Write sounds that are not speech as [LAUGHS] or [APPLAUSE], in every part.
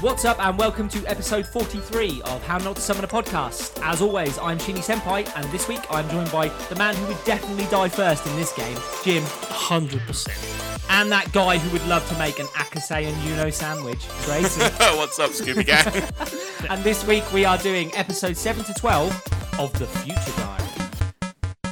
What's up, and welcome to episode 43 of How Not to Summon a Podcast. As always, I'm Shinny Senpai, and this week I'm joined by the man who would definitely die first in this game, Jim, 100%. And that guy who would love to make an Akase and Yuno sandwich, Grayson. Oh, What's up, Scooby [LAUGHS] Gang? and this week we are doing episode 7 to 12 of The Future Diary.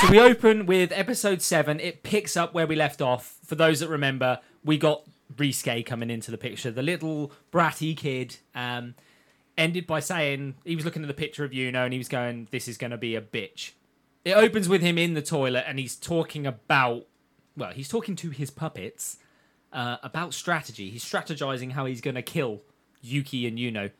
So we open with episode seven. It picks up where we left off. For those that remember, we got Riske coming into the picture, the little bratty kid. Um, ended by saying he was looking at the picture of Yuno and he was going, "This is going to be a bitch." It opens with him in the toilet and he's talking about, well, he's talking to his puppets uh, about strategy. He's strategizing how he's going to kill Yuki and Yuno.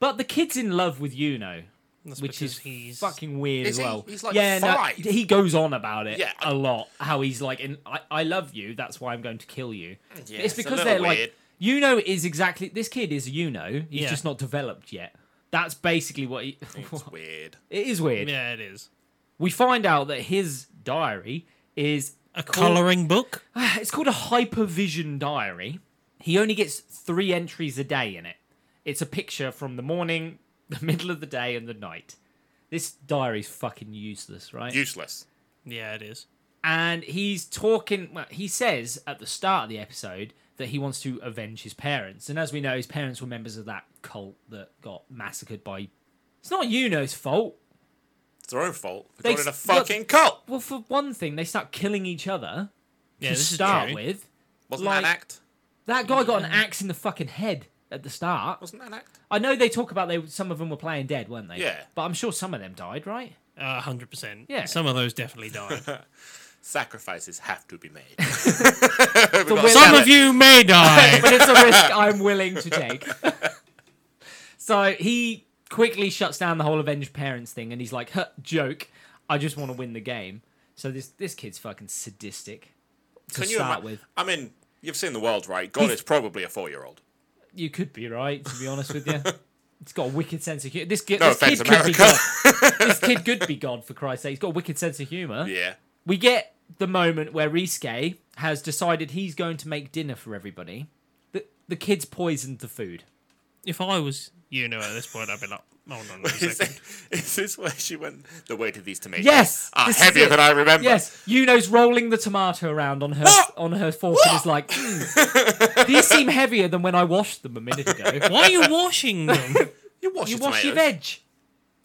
But the kid's in love with Yuno, which because is he's- fucking weird as Is he? well. He's like yeah, no, five. he goes on about it Yeah. a lot. How he's like, and I, I love you. That's why I'm going to kill you. Yeah, it's it's a because little they're like, weird. Yuno is exactly this kid is Yuno. He's Yeah. just not developed yet. That's basically what he. It's weird. [LAUGHS] it is weird. Yeah, it is. We find out that his diary is [SIGHS] A colouring book? it's called a hypervision diary. He only gets three entries a day in it. It's a picture from the morning, [LAUGHS] the middle of the day, and the night. This diary's fucking useless, right? Useless. Yeah, it is. and he's talking. Well, he says at the start of the episode that he wants to avenge his parents, and as we know, his parents were members of that cult that got massacred by. It's not Yuno's fault. It's their own fault. They They called it a s- look- fucking cult. Well, for one thing, they start killing each other Yeah, to this start is true. with. Wasn't that an like- act? That guy got an axe in the fucking head at the start. Wasn't that an act? I know they talk about they some of them were playing dead, weren't they? Yeah. But I'm sure some of them died, right? Uh, 100%. Yeah. Some of those definitely died. Sacrifices have to [LAUGHS] be made. [LAUGHS] Some of you may die. [LAUGHS] but it's a risk I'm willing to take. [LAUGHS] so he quickly shuts down the whole avenged parents thing, and he's like, huh, "Joke, I just want to win the game." So this this kid's fucking sadistic to Can you start ima- with. I mean, you've seen the world, right? God is probably a four-year-old. You could be right, to be honest with [LAUGHS] you. It's got a wicked sense of humor. This, kid- No this offense, kid could be God. America. This kid could be God, for Christ's sake. He's got a wicked sense of humor. Yeah. we get the moment where Riske has decided he's going to make dinner for everybody. The, the kids poisoned the food. [LAUGHS] if I was you know at this point, I'd be like, hold on [LAUGHS] a Is, second. it- is this where she went? The weight of these tomatoes. Yes, Are this is heavier it. than I remember. Yes, Yuno's rolling the tomato around on her on her fork and is like, "Mm, "These seem heavier than when I washed them a minute ago." Why are you washing them? You wash You your wash your tomatoes. veg.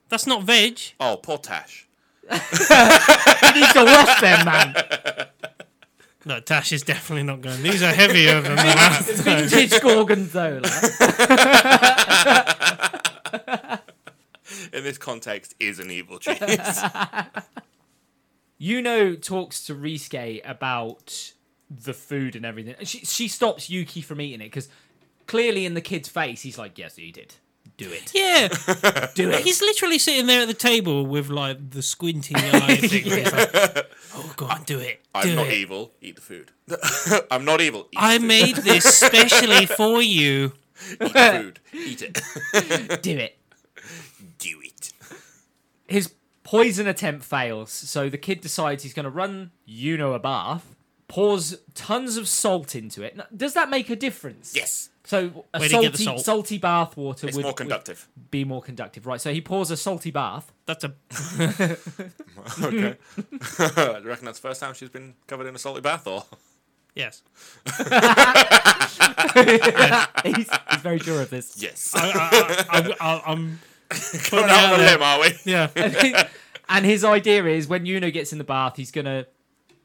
That's not veg. Oh, poor Tash. You need to wash them, man. No, Tash is definitely not going. These are heavier than the last. time." Vintage gorgonzola. In this context, is an [LAUGHS] evil genius. Yuno talks to Riske about the food and everything. And she she stops Yuki from eating it because clearly in the kid's face he's like, "Yes, eat it. Do it. Yeah, Do it." he's literally sitting there at the table with like the squinty eye thing. He's like, oh god, do it. Do I'm not it. evil. Eat the food. [LAUGHS] I'm not evil. Eat I the food. made this specially for you. [LAUGHS] Eat the food. Eat it. Do it. Do it. his poison attempt fails, so the kid decides he's going to run Yuno a bath, pours tons of salt into it. Now, Does that make a difference? Yes. So a Where do you get salty, the salt? salty bath water It's would, more would conductive. be more conductive, right? So he pours a salty bath. That's [LAUGHS] a [LAUGHS] Okay. Do you reckon that's the first time she's been covered in a salty bath, or yes. he's, he's very sure of [LAUGHS] this. yes? I, I, I, I, I'm Coming out on a Yeah. limb, are we? [LAUGHS] yeah. and his idea is when Yuno gets in the bath, he's going to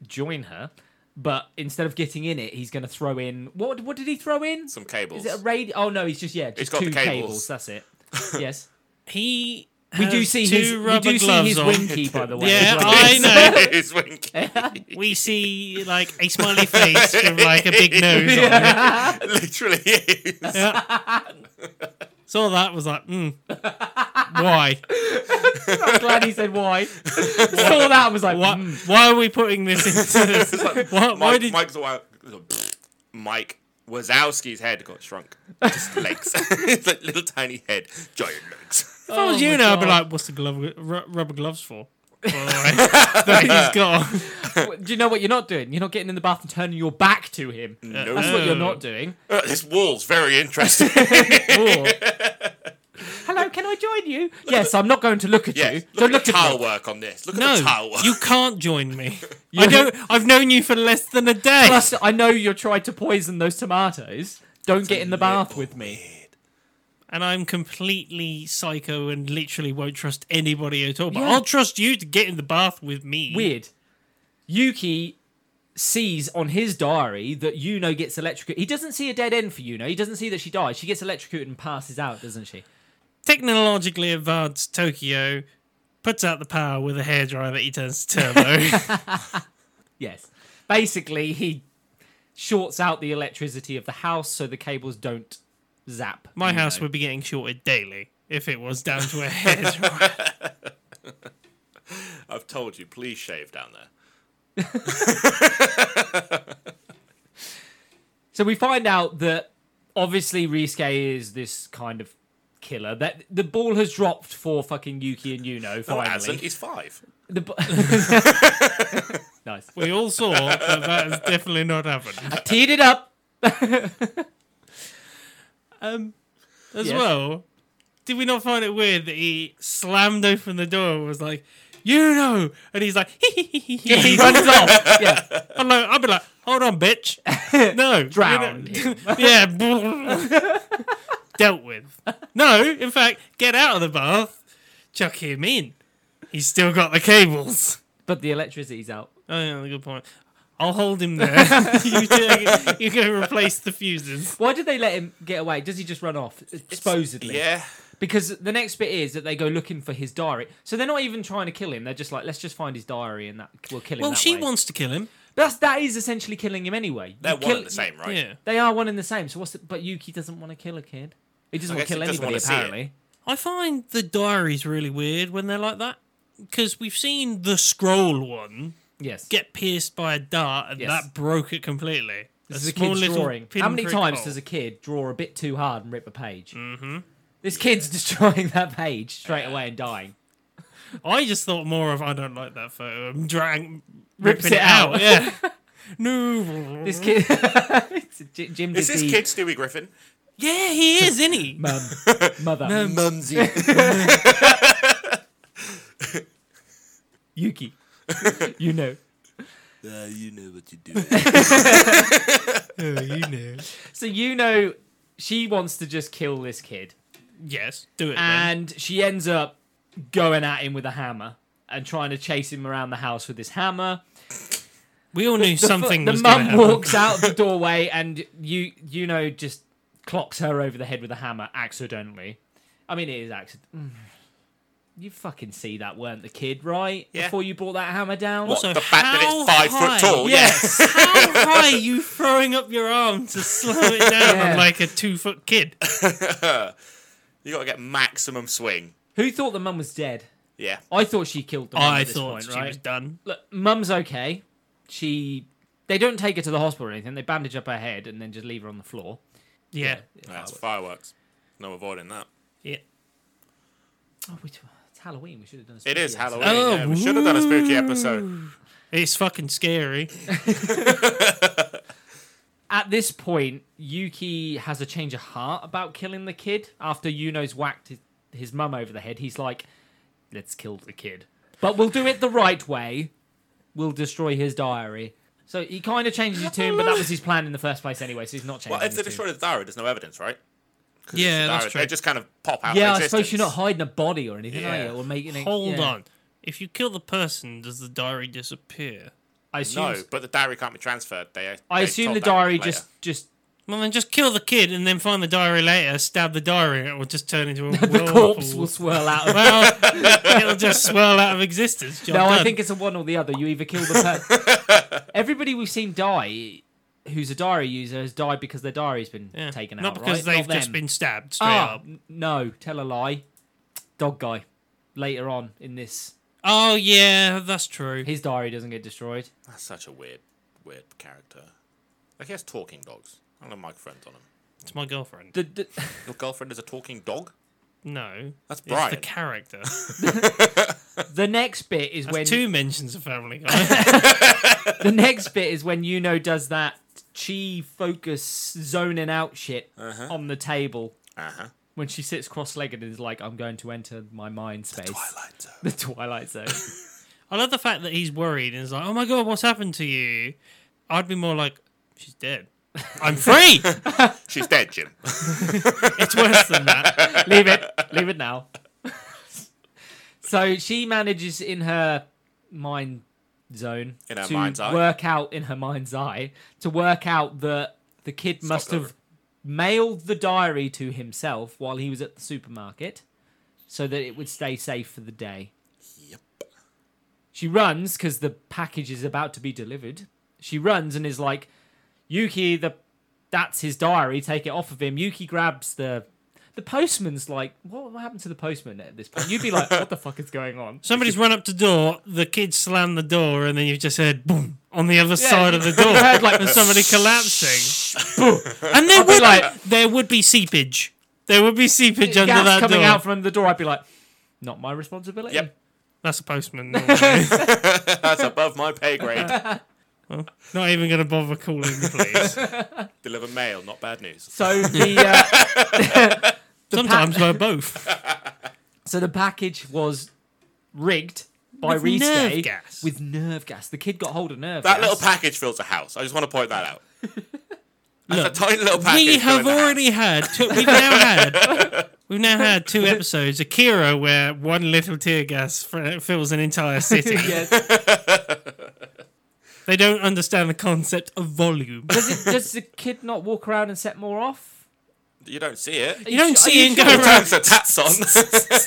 join her. But instead of getting in it, he's going to throw in what? What did he throw in? Some cables. Is [LAUGHS] it a radio? Oh no, he's just yeah, just got two the cables. That's [LAUGHS] it. Yes. He. We do has see two his we rubber do see gloves his on. winky, by the way. Yeah, as well. I know. [LAUGHS] It's [LAUGHS] winky. We see like a smiley face with like a big nose. On it. Literally is. Saw that was like, mm, why? I'm glad he said why. Saw that and was like, Why? "Mm, [LAUGHS] Why are we putting this into this? Why, why Mike, did? Mike's all out. Mike Wazowski's head got shrunk. [LAUGHS] Just legs. [LAUGHS] it's like little tiny head, giant legs. Uh, If Oh I was you now, I'd be like, "What's the glove, ru- rubber gloves for?" By the way, [LAUGHS] that he's got. on. like, do you know what you're not doing? You're not getting in the bath and turning your back to him. No. That's what you're not doing. Uh, this wall's very interesting. Or- Hello, can I join you? Yes, I'm not going to look at you. yes. Don't look Look, at the at tile me. work on this. Look at the No, tile work. you can't join me. I don't. I've known you for less than a day. Plus, I know you tried to poison those tomatoes. Don't get in the bath with me. and I'm completely psycho and literally won't trust anybody at all. But Yeah. I'll trust you to get in the bath with me. Weird. Yuki sees on his diary that Yuno gets electrocuted. He doesn't see a dead end for Yuno. He doesn't see that she dies. She gets electrocuted and passes out, doesn't she? Technologically advanced Tokyo puts out the power with a hairdryer that he turns to [LAUGHS] turbo. Yes. Basically, he shorts out the electricity of the house so the cables don't zap. My Yuno. house would be getting shorted daily if it was down to a hairdryer. I've told you, please shave down there. So we find out that obviously Risuke is this kind of killer. That the ball has dropped for fucking Yuki and Oh, Yuno No, it finally. hasn't. He's five. The bu- [LAUGHS] nice. we all saw that that has definitely not happened. [LAUGHS] Teed it up. As Yes. well, did we not find it weird that he slammed open the door and was like, you know, and he's like, [LAUGHS] He runs off. Yeah. I'm like, I'd be like, hold on, [LAUGHS] bitch. No. Drowned You know- yeah. [LAUGHS] Dealt with. No, in fact, get out of the bath, chuck him in. He's still got the cables. But the electricity's out. Oh, yeah, good point. I'll hold [LAUGHS] him there. [LAUGHS] you, do- you go replace the fuses. Why did they let him get away? Does he just run off? Supposedly. Yeah. Because the next bit is that they go looking for his diary. So they're not even trying to kill him. They're just like, let's just find his diary and that we'll kill him. Well, that she way. wants to kill him. That's that is essentially killing him anyway. You They're one kill- and the same, right? Yeah. They are one and the same. So what's the, but Yuki doesn't want to kill a kid. He doesn't I want guess to kill he doesn't anybody wanna see it. apparently. I find the diaries really weird when they're like that. Because we've seen the scroll one Yes. get pierced by a dart, and Yes. that broke it completely. this is a kid's drawing. How many pinprick times hole. does a kid draw a bit too hard and rip a page? Mm-hmm. This kid's [LAUGHS] destroying that page straight away and dying. I just thought more of I don't like that photo. I'm drag Rips ripping it out. [LAUGHS] Yeah. no. This kid, [LAUGHS] It's a Jim Jim Is this Dizzy- kid Stewie Griffin? Yeah, he is, [LAUGHS] isn't he? Mum, [LAUGHS] mother, [LAUGHS] Mumsy. [LAUGHS] Yuki. you know. Uh, you know what you're doing. oh, you know. So you know, she wants to just kill this kid, Yes, do it. then. and she ends up going at him with a hammer and trying to chase him around the house with this hammer. We all knew something the was going to mum happen. walks out the doorway and you you know just clocks her over the head with a hammer accidentally i mean it is accident [SIGHS] you fucking see that weren't the kid right Yeah. before you brought that hammer down What, Also, the fact that how it's five high? foot tall? yes [LAUGHS] How high are you throwing up your arm to slow it down Yeah. like a two foot kid? You gotta get maximum swing. who thought the mum was dead Yeah. i thought she killed the mum I at this thought point, she right was done. look mum's okay she they don't take her to the hospital or anything they bandage up her head and then just leave her on the floor Yeah. That's fireworks. No avoiding that. yeah. oh we, it's halloween we should have done a It spooky is episode. Halloween. Oh, yeah. We should have done a spooky episode. It's fucking scary. at this point, Yuki has a change of heart about killing the kid after Yuno's whacked his, his mum over the head. He's like, let's kill the kid. But we'll do it the right way. We'll destroy his diary. So he kind of changes his tune, but that was his plan in the first place anyway, so he's not changing Well, if his they tune. destroy the diary, there's no evidence, right? 'Cause it's Yeah, the that's diary. true. They just kind of pop out. of yeah, I existence. suppose you're not hiding a body or anything, are Yeah. you? Or making it, Hold yeah. on. If you kill the person, does the diary disappear? I assume, No, but the diary can't be transferred. They. I they assume told the that diary later. just [LAUGHS] just Well, then just kill the kid and then find the diary later, stab the diary, and it will just turn into [LAUGHS] a the corpse will swirl out of [LAUGHS] Well, it'll just swirl out of existence. Job No, I done. think it's a one or the other. You either kill the person. [LAUGHS] Everybody we've seen die who's a diary user has died because their diary's been Yeah. taken Not out. because right? they've Not just them. been stabbed straight Ah, up. n- no, tell a lie. Dog guy. Later on in this, Oh yeah, that's true. his diary doesn't get destroyed. That's such a weird, weird character. Like he has talking dogs. I don't have microphones on him. It's my girlfriend. The, the, Your girlfriend is a talking dog? No, That's it's the Brian. character. the next bit is [LAUGHS] when That's two mentions of [LAUGHS] Family Guy. the next bit is when Yuno does that chi focus zoning out shit Uh-huh. on the table Uh huh. when she sits cross-legged and is like, "I'm going to enter my mind space." Twilight Zone. The Twilight Zone. I love the fact that he's worried and is like, "Oh my god, what's happened to you?" I'd be more like, "She's dead. I'm [LAUGHS] free." She's dead, Jim. it's worse than that. leave it. Leave it now. [LAUGHS] so she manages in her mind zone In her to mind's eye. work out in her mind's eye to work out that the kid must have over. mailed the diary to himself while he was at the supermarket so that it would stay safe for the day. [LAUGHS] yep. She runs because the package is about to be delivered. She runs and is like, Yuki, the that's his diary. Take it off of him. Yuki grabs the. The postman's like, what happened to the postman at this point? You'd be like, what the fuck is going on? Somebody's run up to door. The kid slammed the door, and then you've just heard boom on the other Yeah, side of the door. you [LAUGHS] heard, like, and somebody collapsing. and there would like- there would be seepage. There would be seepage under Gas that coming door. out from under the door. I'd be like, not my responsibility. Yep. That's a postman. normally. That's above my [LAUGHS] pay grade. Not even going to bother calling the [LAUGHS] police. Deliver mail, not bad news. [LAUGHS] So the uh, Sometimes [LAUGHS] we're both. so the package was rigged by With Riske nerve gas. with nerve gas. The kid got hold of nerve That gas. little package fills a house. I just want to point that [LAUGHS] out. That's a tiny little package. We have filling the house. already had. Two, we've now had. [LAUGHS] We've now had two episodes: Akira, where one little tear gas fr- fills an [LAUGHS] entire city. Yes. [LAUGHS] They don't understand the concept of volume. Does, it, does the kid not walk around and set more off? You don't see [LAUGHS] it. You don't sh- are see you him sure? go He around. turns the tats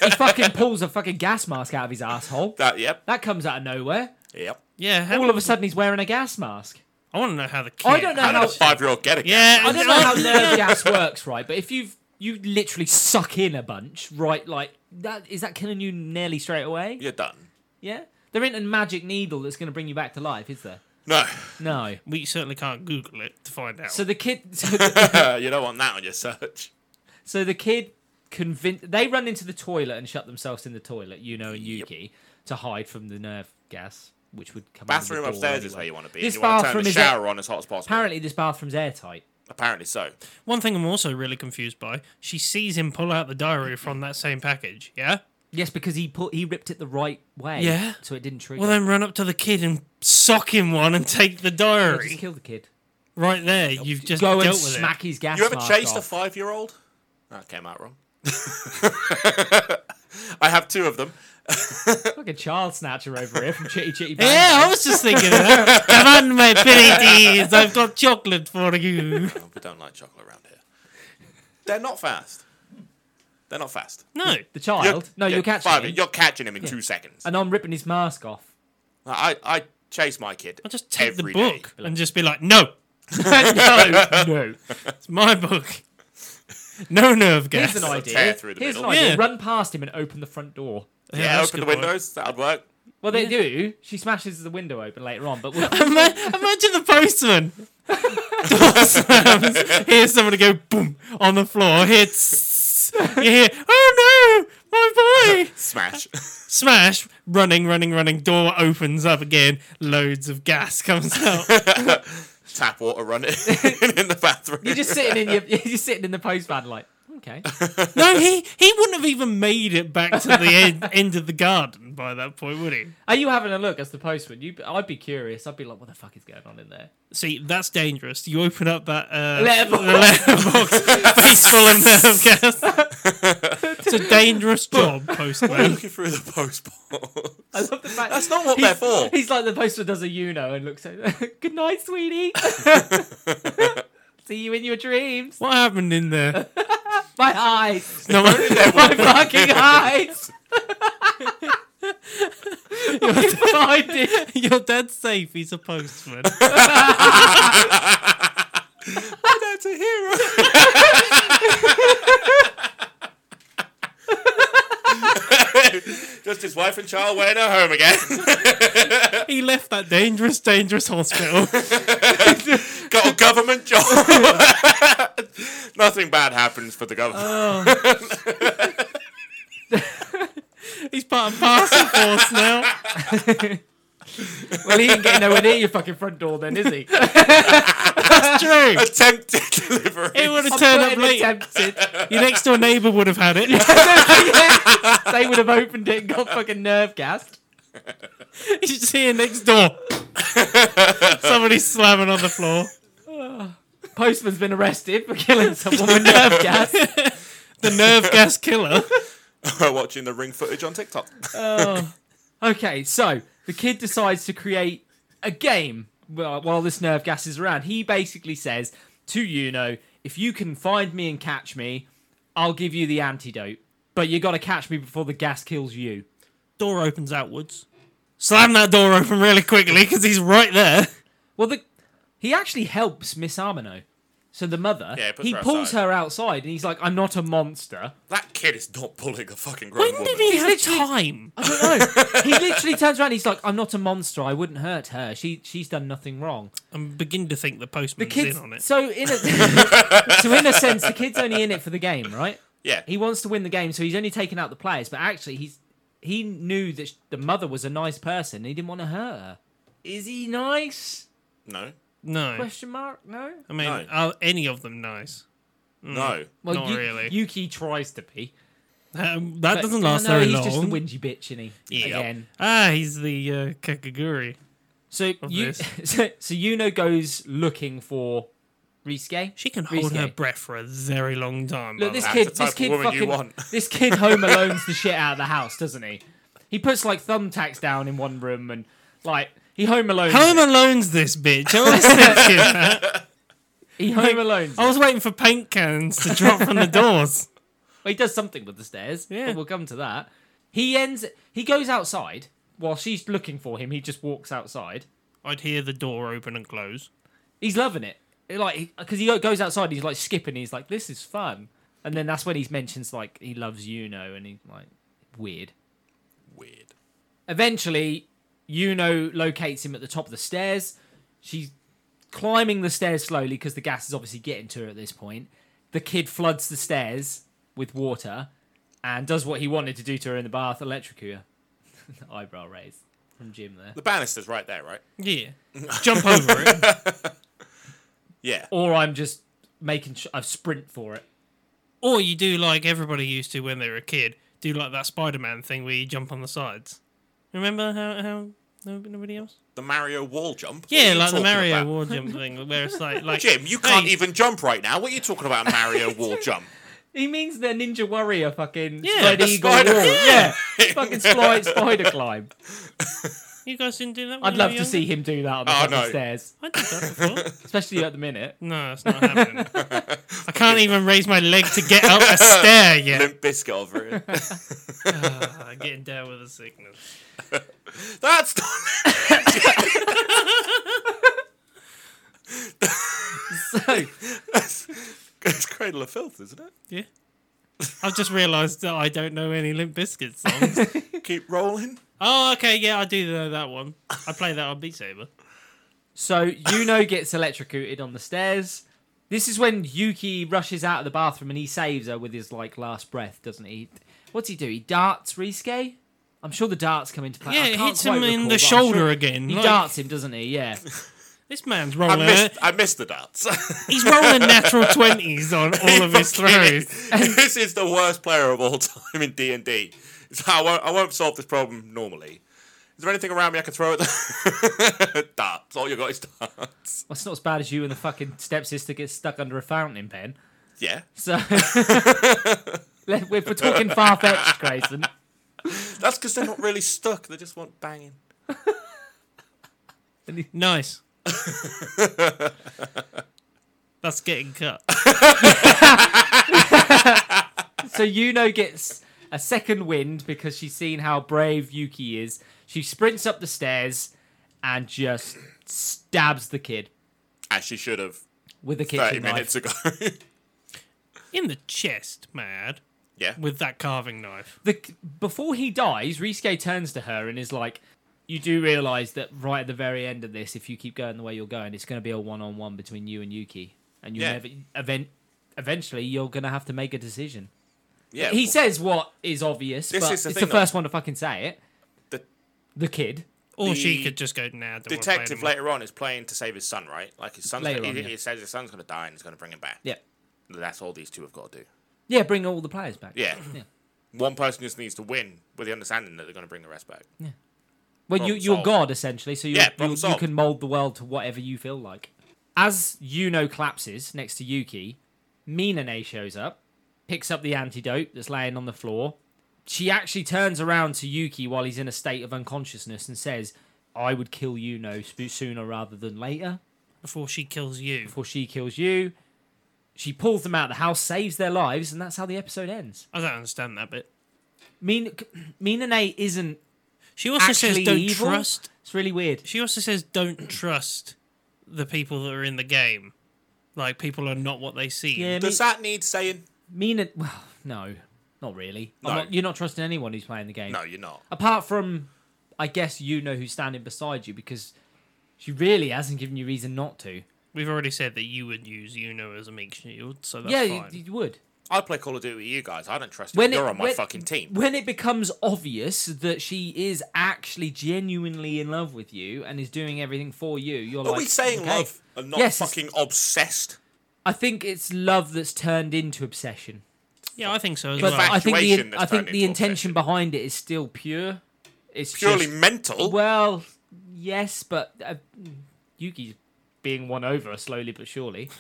on. [LAUGHS] He fucking pulls a fucking gas mask out of his asshole. that, yep. That comes out of nowhere. Yep. Yeah, how, All of a sudden, he's wearing a gas mask. I want to know how the kid. I don't know How how. did a five-year-old get it? Yeah, I don't know how nerve gas works, right? But if you've you literally suck in a bunch, right? Like that is that killing you nearly straight away? You're done. Yeah. There ain't a magic needle that's going to bring you back to life, is there? [LAUGHS] No. [LAUGHS] No. We certainly can't Google it to find out. So the kid, [LAUGHS] so the, you don't want that on your search. so the kid, convin They run into the toilet and shut themselves in the toilet. You know, and Yuki to hide from the nerve gas, which would come. out of the Bathroom door upstairs is anyway. where you want to be. This you want to bathroom turn the is a- shower on as hot as possible. Apparently, this bathroom's airtight. Apparently so. One thing I'm also really confused by: she sees him pull out the diary from that same package. Yeah. Yes, because he put he ripped it the right way. Yeah. So it didn't trigger. Well, then run up to the kid and sock him one and take the diary. just kill the kid. Right there, you've just Go dealt and with smack his gas. You ever mask chased a off. five-year-old? That came [LAUGHS] out wrong. [LAUGHS] I have two of them. like a child snatcher over here from Chitty [LAUGHS] Chitty it. Bang. Yeah, I was just thinking of [LAUGHS] that. Come on, my pretties, I've got chocolate for you. Oh, we don't like chocolate around here. They're not fast. They're not fast. No, The child. no, yeah, you're catching five- him. You're catching him in two seconds. And I'm ripping his mask off. I, I chase my kid. I'll just take every the day. book and just be like, no, [LAUGHS] no, Uh. [LAUGHS] no. it's my book. [LAUGHS] No nerve gas. Here's an tear idea. through the Here's an middle. idea. Yeah. Run past him and open the front door. Yeah, that's open the a good one. windows. That'd work. Well, they do. She smashes the window open later on, but we'll, [LAUGHS] Ima- Imagine the postman. [LAUGHS] Door slams. Hear someone go boom on the floor. Hear tss. you hear, oh no, my boy! Smash. Smash! Running, running, running. Door opens up again. Loads of gas comes out. Tap water running [LAUGHS] in the bathroom. you're [LAUGHS] just sitting in your, [LAUGHS] you're just sitting in the postman like, okay. No, he he wouldn't have even made it back to the [LAUGHS] end, end of the garden by that point, would he? Are you having a look as the postman? You, I'd be curious. I'd be like, what the fuck is going on in there? See, that's dangerous. You open up that uh, Letterbox. the [LAUGHS] letterbox, face full of nerve gas. it's a dangerous job, postman. looking through the post box. I love the fact That's not what he's, they're for. He's like the postman does a Uno and looks at [LAUGHS] Good night, [LAUGHS] sweetie. See you in your dreams. What happened in there? [LAUGHS] My [LAUGHS] eyes. No, my- My fucking eyes. [LAUGHS] Behind [LAUGHS] it. [LAUGHS] your dad's safe. He's a postman. That's a hero. [LAUGHS] Just his wife and child were in her home again. he left that dangerous, dangerous hospital. Got a government job. [LAUGHS] Nothing bad happens for the government. Uh, He's part and parcel force now. [LAUGHS] Well, he ain't getting nowhere near your fucking front door then, is [LAUGHS] he? True. Attempted [LAUGHS] delivery. It would have turned up Put in late. attempted. [LAUGHS] Your next door neighbour would have had it. [LAUGHS] [LAUGHS] they would have opened it and got fucking nerve gassed. you just hear next door. Somebody slamming on the floor. Postman's been arrested for killing someone with [LAUGHS] nerve gas. The nerve gas killer. Watching the ring footage on TikTok. Okay, so the kid decides to create a game while while this nerve gas is around. He basically says to Yuno, if you can find me and catch me, I'll give you the antidote. But you gotta catch me before the gas kills you. Door opens outwards. Slam that door open really quickly because he's right there. Well, the, he actually helps Miss Armino. So the mother, Yeah, he puts he her pulls outside. her outside and he's like, I'm not a monster. That kid is not bullying a fucking grown When woman. did he have literally- time? I don't know. he literally turns around. He's like, "I'm not a monster. I wouldn't hurt her. She she's done nothing wrong." I'm beginning to think the postman's Kids. in on it. So in a [LAUGHS] so in a sense, the kid's only in it for the game, right? Yeah. He wants to win the game, so he's only taking out the players. But actually, he's he knew that sh- the mother was a nice person. And he didn't want to hurt her. Is he nice? no. No, Question mark. No. I mean, No. are any of them nice? No. Well, Not really. Yuki tries to be. Um, that but- uh, doesn't last no, very he's long. just the whingy bitch, isn't he? Yeah. Again. Ah, he's the uh, Kakaguri. So you this. [LAUGHS] so, so Yuno goes looking for Risuke. She can hold Risuke. her breath for a very long time. Look, by this the way. kid, the type this of kid, woman you fucking, want. this kid home [LAUGHS] alone's the shit out of the house, doesn't he? He puts like thumbtacks down in one room and like he home alone. Home Alone's this bitch. [LAUGHS] I was thinking that. He [LAUGHS] home alone. oh. I was waiting for paint cans to drop from the doors. he does something with the stairs. Yeah. but we'll come to that. He ends. He goes outside while she's looking for him. He just walks outside. I'd hear the door open and close. He's loving it, like because he goes outside. He's like skipping. He's like, "This is fun." And then that's when he mentions like he loves Yuno, and he's like, "Weird." Weird. Eventually, Yuno locates him at the top of the stairs. She's climbing the stairs slowly because the gas is obviously getting to her at this point. The kid floods the stairs with water and does what he wanted to do to her in the bath, electrocute her. [LAUGHS] Eyebrow raise from Jim there. The banister's right there, right? Yeah. [LAUGHS] Jump over it. Yeah. Or I'm just making sh- a sprint for it. Or you do like everybody used to when they were a kid, do like that Spider Man thing where you jump on the sides. Remember how, how no- nobody else? The Mario wall jump. What are Yeah, you like the talking Mario about? wall jump thing where it's [LAUGHS] like, like Jim, you can't hey, e- even jump right now. What are you talking [LAUGHS] about, Mario wall jump? He means the Ninja Warrior fucking Yeah, Spread the Eagle spider- wall. Yeah. [LAUGHS] fucking sly- spider climb. You guys didn't do that [LAUGHS] when I'd you love were to see younger? him do that on the Oh, top of no. the stairs, I did that before. especially at the minute. No, it's not happening. I can't even raise my leg to get up a stair yet. Limp biscuit over it. Ah, getting down with a sickness. [LAUGHS] That's [LAUGHS] not. [LAUGHS] So That's, that's Cradle of Filth, isn't it? Yeah. I've just realised that I don't know any Limp Bizkit [LAUGHS] songs. Keep rolling. oh, okay, yeah, I do know that one. I play that on Beat Saber. So Yuno gets electrocuted on the stairs. This is when Yuki rushes out of the bathroom and he saves her with his like last breath, doesn't he? What's he do? He darts Risuke? I'm sure the darts come into play. I Yeah, it can't hits him quite in recall, the but I'm shoulder sure- again. He Like, darts him, doesn't he? [LAUGHS] Yeah. This man's I rolling. missed, I missed the darts. [LAUGHS] He's [LAUGHS] rolling natural 20s on all of his throws. [LAUGHS] this is the worst player of all [LAUGHS] time in D and D. I won't, I won't solve this problem normally. Is there anything around me I can throw at the [LAUGHS] darts? All you got is darts. Well, it's not as bad as you and the fucking stepsister gets stuck under a fountain pen. [LAUGHS] Yeah, [LAUGHS] So [LAUGHS] Let- we're we're talking far fetched, Grayson. that's because they're not really stuck. They just want banging. [LAUGHS] Nice. That's getting cut. So Yuno gets a second wind because she's seen how brave Yuki is. She sprints up the stairs and just stabs the kid As she should have with a thirty kitchen minutes knife. ago. [LAUGHS] In the chest, mad, yeah, with that carving knife. The, before he dies, Risuke turns to her and is like, "You do realize that right at the very end of this, if you keep going the way you're going, it's going to be a one-on-one between you and Yuki." and you Yeah. never event. Eventually, you're gonna have to make a decision. Yeah, he well, says what is obvious, This but is the it's thing, the first one to fucking say it. The- the kid. Or she The could just go, nah, don't detective want later on is playing to save his son, right? Like his son's Later gonna, on, he, yeah. he says his son's going to die and he's going to bring him back. Yeah, That's all these two have got to do. yeah. Bring all the players back. Yeah. One person just needs to win with the understanding that they're going to bring the rest back. Well, you, Problem you're solved. God essentially, so you Yeah, you problem you solved. can mold the world to whatever you feel like. As Yuno collapses next to Yuki, Minane shows up, picks up the antidote that's laying on the floor. She actually turns around to Yuki while he's in a state of unconsciousness and says, "I would kill Yuno sp- sooner rather than later." Before she kills you. Before she kills you, she pulls them out of the house, saves their lives, and that's how the episode ends. I don't understand that bit. Min- Minane isn't She also actually says don't evil. trust. It's really weird. She also says don't trust the people that are in the game. Like people are not what they seem. Yeah, Mi- Does that need saying? Mean it? Well, no, not really. I'm No. not- you're not trusting anyone who's playing the game. No, you're not. Apart from, I guess you know who's standing beside you because she really hasn't given you reason not to. We've already said that you would use Uno as a meat shield, so that's yeah, you, fine. you would. I play Call of Duty with you guys. I don't trust When you. You're it- on my when- fucking team. When it becomes obvious that she is actually genuinely in love with you and is doing everything for you, you're Are like, we saying okay. love and not Yes, it's- fucking obsessed? I think it's love that's turned into obsession. yeah, I think so as But well. I think the Infatuation that's I think turned the into intention obsession. behind it is still pure. It's Purely just- mental. Well, yes, but uh, Yuki's being won over slowly but surely.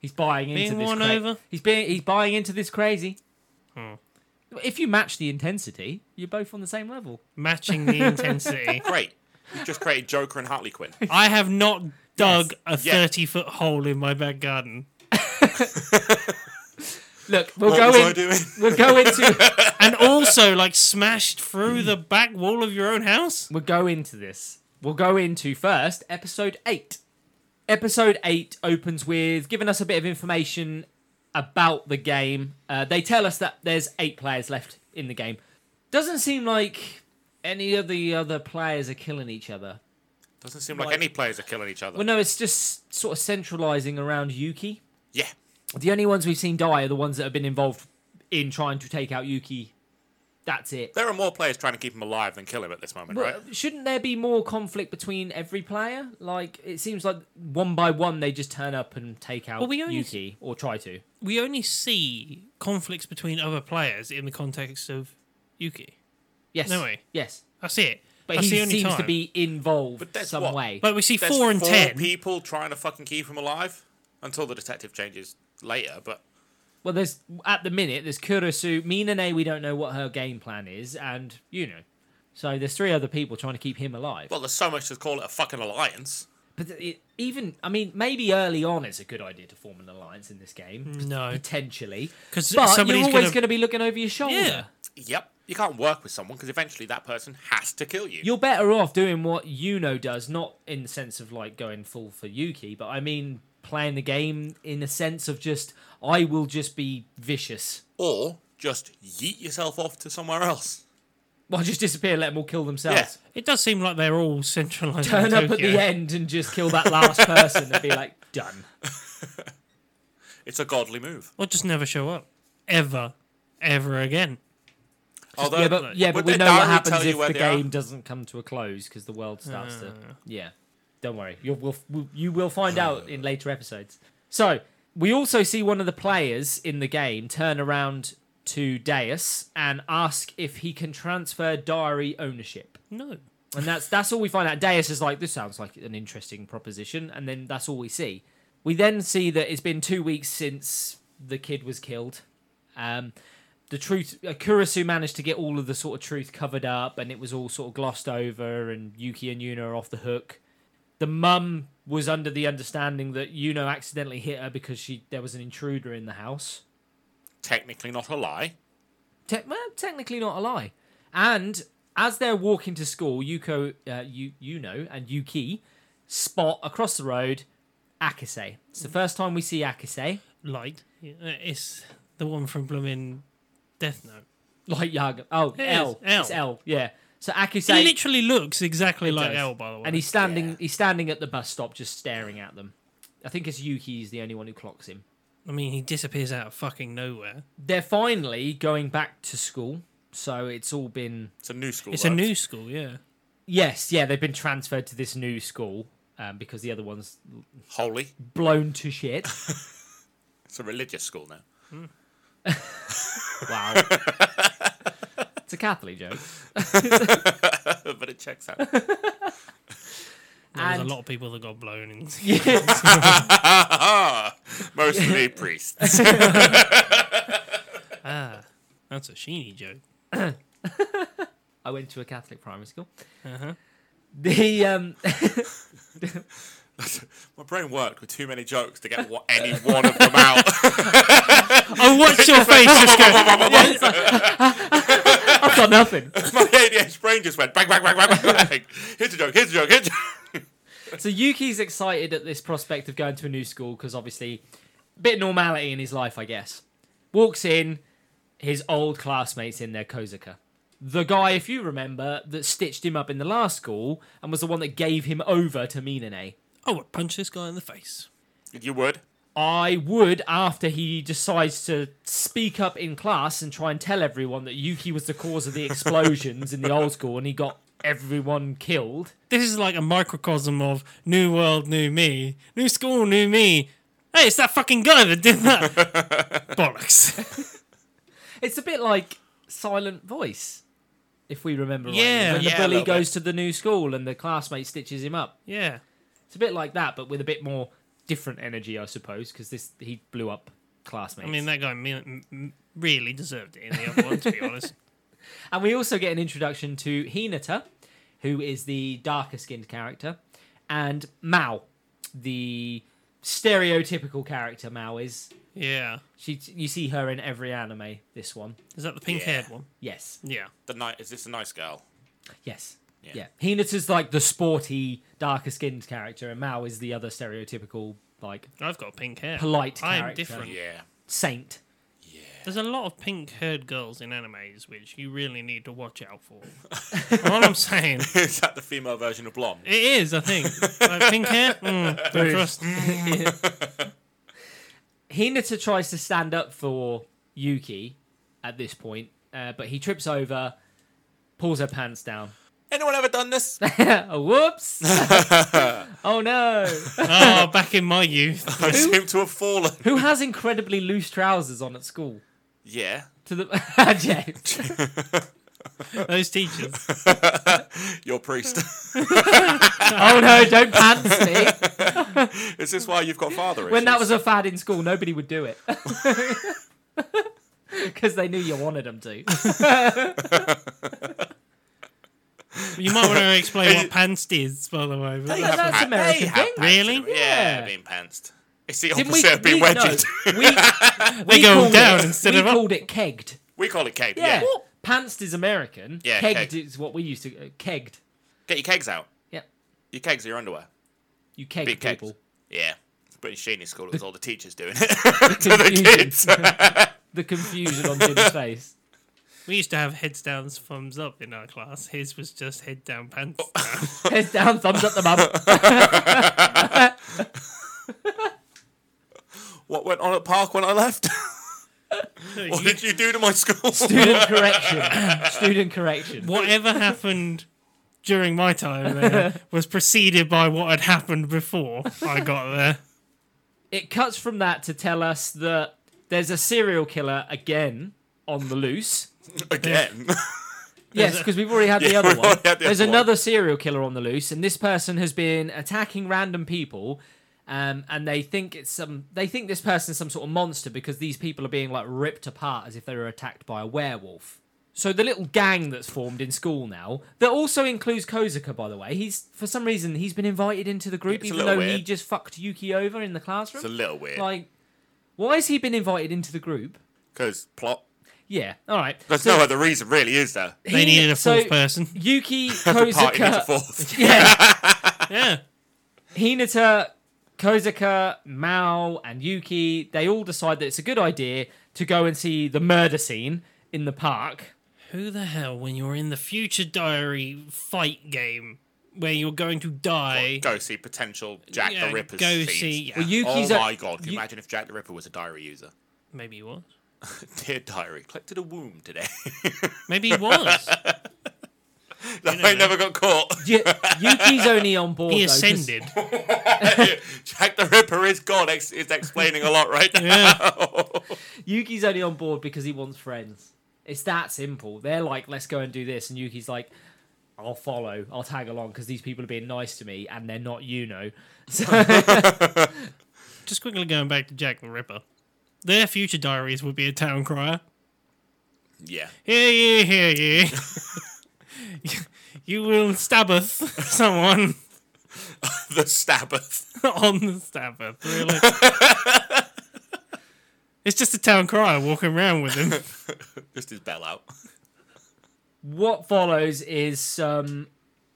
He's buying into Being this. won cra- over? He's being he's buying into this crazy. If you match the intensity, you're both on the same level. Matching the [LAUGHS] intensity. Great. You just created Joker and Harley Quinn. I have not dug a Yeah. 30 foot hole in my back garden. Look, we'll What go was in. I doing? We'll go into And also, like, smashed through the back wall of your own house? we'll go into this. We'll go into first episode eight. Episode eight opens with giving us a bit of information about the game. Uh, they tell us that there's eight players left in the game. Doesn't seem like any of the other players are killing each other. Doesn't seem like, Like- any players are killing each other. Well, no, it's just sort of centralizing around Yuki. yeah. The only ones we've seen die are the ones that have been involved in trying to take out Yuki. That's it. There are more players trying to keep him alive than kill him at this moment, Well, right? Uh, shouldn't there be more conflict between every player? Like it seems like one by one they just turn up and take out Well, we only- Yuki or try to. We only see conflicts between other players in the context of Yuki. Yes. No way. Yes. That's it. But That's the he only seems to time. be involved But that's some what- way. Like, we see There's four and ten. people trying to fucking keep him alive until the detective changes later. But Well, there's at the minute there's Kurosu, Minane. We don't know what her game plan is, and you know. So there's three other people trying to keep him alive. well, there's so much to call it a fucking alliance. But it, even I mean, maybe early on it's a good idea to form an alliance in this game. Mm. No. Potentially, 'Cause but somebody's you're always gonna- going to be looking over your shoulder. Yeah. Yep, you can't work with someone because eventually that person has to kill you. You're better off doing what Yuno does, not in the sense of like going full for Yuki, but I mean playing the game in the sense of just I will just be vicious. [LAUGHS] or just yeet yourself off to somewhere else. Well, just disappear, let them all kill Yeah. themselves. It does seem like they're all centralized. Turn in up Tokyo. at the end and just kill that last person and be like, [LAUGHS] done. It's a godly move. Or just never show up. Ever. Ever again. Although, yeah, but yeah, but would we their know what diary happens tell you if where the they are? game doesn't come to a close because the world starts to. Yeah, don't worry, you'll we'll, we'll, you will find [SIGHS] out in later episodes. So we also see one of the players in the game turn around to Deus and ask if he can transfer diary ownership. No. And that's that's all we find out. Deus is like, this sounds like an interesting proposition, and then that's all we see. We then see that it's been two weeks since the kid was killed. Um, the truth, uh, Kurisu managed to get all of the sort of truth covered up, and it was all sort of glossed over, and Yuki and Yuna are off the hook. The mum was under the understanding that Yuna accidentally hit her because she there was an intruder in the house. Technically, not a lie. Te- well, technically not a lie. And as they're walking to school, Yuko, uh, you you know, and Yuki spot across the road Akase. It's the first time we see Akase, Light. Yeah, It's the one from Bloomin' Death Note. like Yaga. Oh, It L. is, L. It's L. Yeah. So Akase, He literally looks exactly like does. L, by the way. and he's standing. Yeah. He's standing at the bus stop, just staring at them. I think it's Yuki's the only one who clocks him. I mean, he disappears out of fucking nowhere. They're finally going back to school, so it's all been It's a new school. It's a though. new school, yeah. yes, yeah, they've been transferred to this new school um, because the other one's holy. blown to shit. It's a religious school now. [LAUGHS] Wow, it's a Catholic joke. but it checks out. There's a And- lot of people that got blown. [LAUGHS] In. Yeah. [LAUGHS] Mostly priests. ah, that's a Sheeny joke. I went to a Catholic primary school. Uh-huh. The um, My brain worked with too many jokes to get wa- any one of them out. Oh, what's [LAUGHS] your face? Just go. [LAUGHS] I've got nothing. My ADHD brain just went bang, bang, bang, bang, bang, bang. Here's a joke, here's a joke, here's a joke. [LAUGHS] So Yuki's excited at this prospect of going to a new school because obviously, bit of normality in his life, I guess. Walks in, his old classmates in there, Kozuka. The guy, if you remember, that stitched him up in the last school and was the one that gave him over to Minane. I would punch this guy in the face. [LAUGHS] You would? I would, after he decides to speak up in class and try and tell everyone that Yuki was the cause of the explosions in the old school and he got everyone killed. This is like a microcosm of new world, new me, new school, new me. Hey, it's that fucking guy that did that. Bollocks. It's a bit like Silent Voice, if we remember Yeah, right. When yeah, the a bully little goes to the new school and the classmate stitches him up. Yeah. It's a bit like that, but with a bit more different energy, I suppose, because this he blew up I classmates. mean, that guy me- m- m- really deserved it in the other one, to be honest. And we also get an introduction to Hinata, who is the darker skinned character, and Mao, the stereotypical character Mao is. Yeah. She, you see her in every anime. This one, Is that the pink haired one? yes, Yeah. The night is this a nice girl? yes, yeah. Yeah. Hinata's like the sporty, darker skinned character, and Mao is the other stereotypical like I've got pink hair. Polite I am character. different. Yeah. [LAUGHS] saint. There's a lot of pink haired girls in animes which you really need to watch out for. All I'm saying. is that the female version of blonde? It is, I think. Like pink hair? Mm, don't trust. Hinata tries to stand up for Yuki at this point, uh, but he trips over, pulls her pants down. Anyone ever done this? oh, [LAUGHS] [LAUGHS] whoops. oh, no. Oh, back in my youth. I seem to have fallen. Who has incredibly loose trousers on at school? Yeah. To the [LAUGHS] James. [LAUGHS] Those teachers. [LAUGHS] Your priest. oh no, don't pants me. is this why you've got father issues? When that was a fad in school, nobody would do it [LAUGHS] because they knew you wanted them to. You might want to explain what pants is, by the way. but Hey, that's- that's Pa- American they have thing. pantsed Really? him. Yeah, Yeah. being pantsed. It's the opposite Didn't we? of being we, no, wedged. [LAUGHS] we, They we go called down it, instead we of up. called it kegged. [LAUGHS] We call it keg. Yeah, Yeah. pantsed is American. Yeah, kegged, kegged. is what we used to uh, kegged. Get your kegs out. Yep, Your kegs are your underwear. you kegged Big kegs. people. Yeah. It's British Genie School. It was all the teachers doing [LAUGHS] it [LAUGHS] to the kids. The confusion on [LAUGHS] Jim's face. We used to have heads down, thumbs up in our class. His was just head down, pants down. Heads down, thumbs up the mum. [LAUGHS] what went on at park when I left? [LAUGHS] what You- did you do to my school? Student correction. Student correction. Whatever happened during my time there was preceded by what had happened before I got there. It cuts from that to tell us that there's a serial killer again on the loose. [LAUGHS] Again. [LAUGHS] Yes, because we've already had the Yeah, other we've one. already had the There's other one. another serial killer on the loose, and this person has been attacking random people, um, and they think it's some. They think this person's some sort of monster because these people are being like ripped apart as if they were attacked by a werewolf. So the little gang that's formed in school now, that also includes Kozuka, by the way. He's for some reason he's been invited into the group, It's a even little though he weird. just fucked Yuki over in the classroom. it's a little weird. like, why has he been invited into the group? Because plot. Yeah, all right. [LAUGHS] There's So no other reason, really, is there? They he- needed a fourth so person. [LAUGHS] Yuki The party needs a Kozuka. [LAUGHS] fourth. Yeah. [LAUGHS] Yeah. Hinata, Kozuka, Mao, and Yuki, they all decide that it's a good idea to go and see the murder scene in the park. Who the hell, when you're in the future diary fight game, where you're going to die. Go see potential Jack Yeah, the Ripper's go feed. see. Yeah. Well, Yuki's oh a- my god! Can you you- imagine if Jack the Ripper was a diary [LAUGHS] user? Maybe he was. Dear diary, collected a womb today. [LAUGHS] Maybe he was. no, I never [LAUGHS] got caught. Yu- Yuki's only on board. he though, 'cause- ascended. Jack the Ripper is gone. Ex- is explaining a lot right now. yeah. Yuki's only on board because he wants friends. It's that simple. They're like, let's go and do this, and Yuki's like, I'll follow, I'll tag along because these people are being nice to me and they're not you know. [LAUGHS] So Just quickly going back to Jack the Ripper. Their future diaries would be a town crier. [LAUGHS] Yeah. Hear ye, hear ye. [LAUGHS] you will stabbeth [LAUGHS] someone [LAUGHS] The Sabbath. [LAUGHS] on the stabber. Really. it's just a town crier walking around with him. [LAUGHS] Just his bell out. what follows is some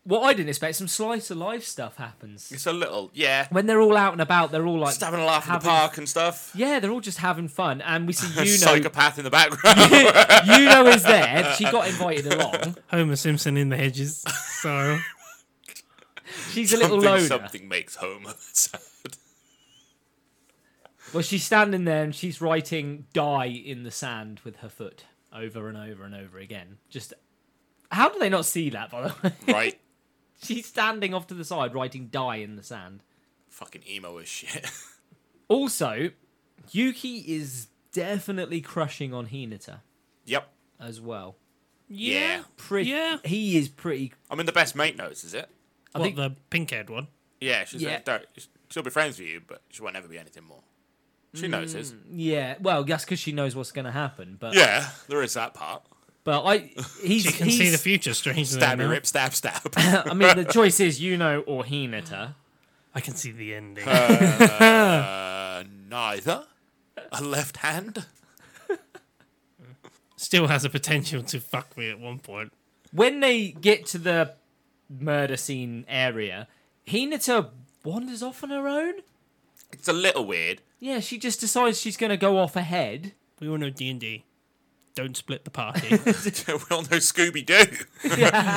what I didn't expect. Some slice of life stuff happens It's a little, yeah. when they're all out and about. They're all like Just having a laugh in the having- park and stuff. Yeah, they're all just having fun, and [LAUGHS] we see A Yuno. psychopath in the background. [LAUGHS] Yuno is there. She got invited along. Homer Simpson in the hedges. So She's a little loner. [LAUGHS] something, something makes Homer [LAUGHS] sad. Well, she's standing there and she's writing "die" in the sand with her foot over and over and over again. Just how do they not see that? By the way, [LAUGHS] Right? she's standing off to the side writing "die" in the sand. Fucking emo as shit. [LAUGHS] Also, Yuki is definitely crushing on Hinata yep. as well. yeah, Yeah. Pretty, Yeah. he is pretty. I mean, the best mate knows, is it? I What think the pink-haired one? Yeah, she's Yeah. Like, don't, she'll be friends with you, but she won't ever be anything more. She knows this. yeah. Well, that's because she knows what's going to happen. But Yeah, there is that part. but I he's She can he's, see the future. Strangely Stab, enough. rip, stab, stab. [LAUGHS] I mean, the choice is Yuno or Hinata. I can see the ending. uh, neither. A left hand. Still has a potential to fuck me at one point. when they get to the murder scene area, Hinata wanders off on her own. It's a little weird. [LAUGHS] Yeah, she just decides she's going to go off ahead. We all know D and D. Don't split the party. we all know Scooby Doo.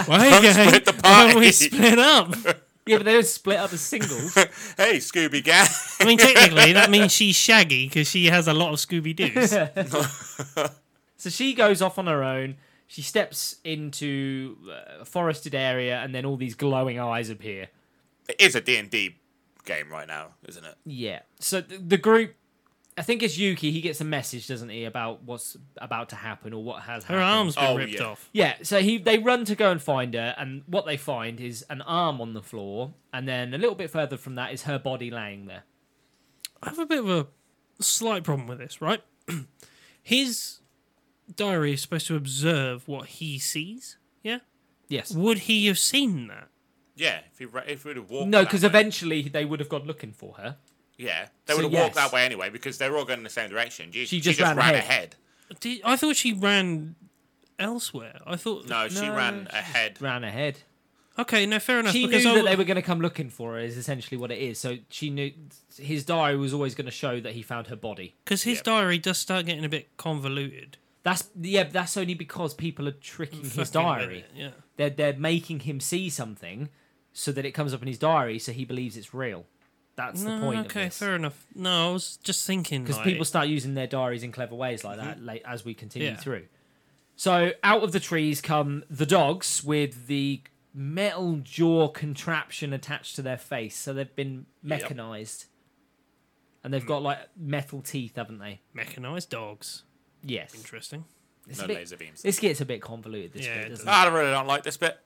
Why gang? split the [LAUGHS] Why don't party. we split up? Yeah, but they don't split up as singles. hey, Scooby Gang. [LAUGHS] I mean, technically, that means she's Shaggy because she has a lot of Scooby Doo's. so she goes off on her own. She steps into uh, a forested area, and then all these glowing eyes appear. It is a D&D game right now, isn't it? Yeah. So th- the group, I think it's Yuki. He gets a message, doesn't he, about what's about to happen or what has Her happened. arm's been Oh, ripped yeah. off. Yeah, so he they run to go and find her, and what they find is an arm on the floor, and then a little bit further from that is her body laying there. I have a bit of a slight problem with this, right? [CLEARS THROAT] His diary is supposed to observe what he sees. Yeah. Yes. Would he have seen that? Yeah, if we if we'd have walked. No, that because way- eventually they would have gone looking for her. yeah, they So would have walked yes. that way anyway because they were all going in the same direction. She She, she just just, ran ran, ahead. ahead. Did, I thought she ran elsewhere. I thought No, she No, ran she ahead. Ran ahead. Okay, no, fair enough. She knew because I that w- they were going to come looking for her. Is essentially what it is. So she knew his diary was always going to show that he found her body. because his Yeah. diary does start getting a bit convoluted. That's yeah. but That's only because people are tricking his Fucking with diary. it, Yeah. They're they're making him see something, so that it comes up in his diary, so he believes it's real. That's the No, point. okay, of this. fair enough. No, I was just thinking because like, people start using their diaries in clever ways like that late as we continue Mm-hmm. Yeah. through. So out of the trees come the dogs with the metal jaw contraption attached to their face, so they've been mechanized, and Mm. they've got like metal teeth, haven't they? mechanized dogs. Yes. Interesting. It's No a bit- laser beams. This gets a bit convoluted. This Yeah, bit, it doesn't it? I really don't like this bit.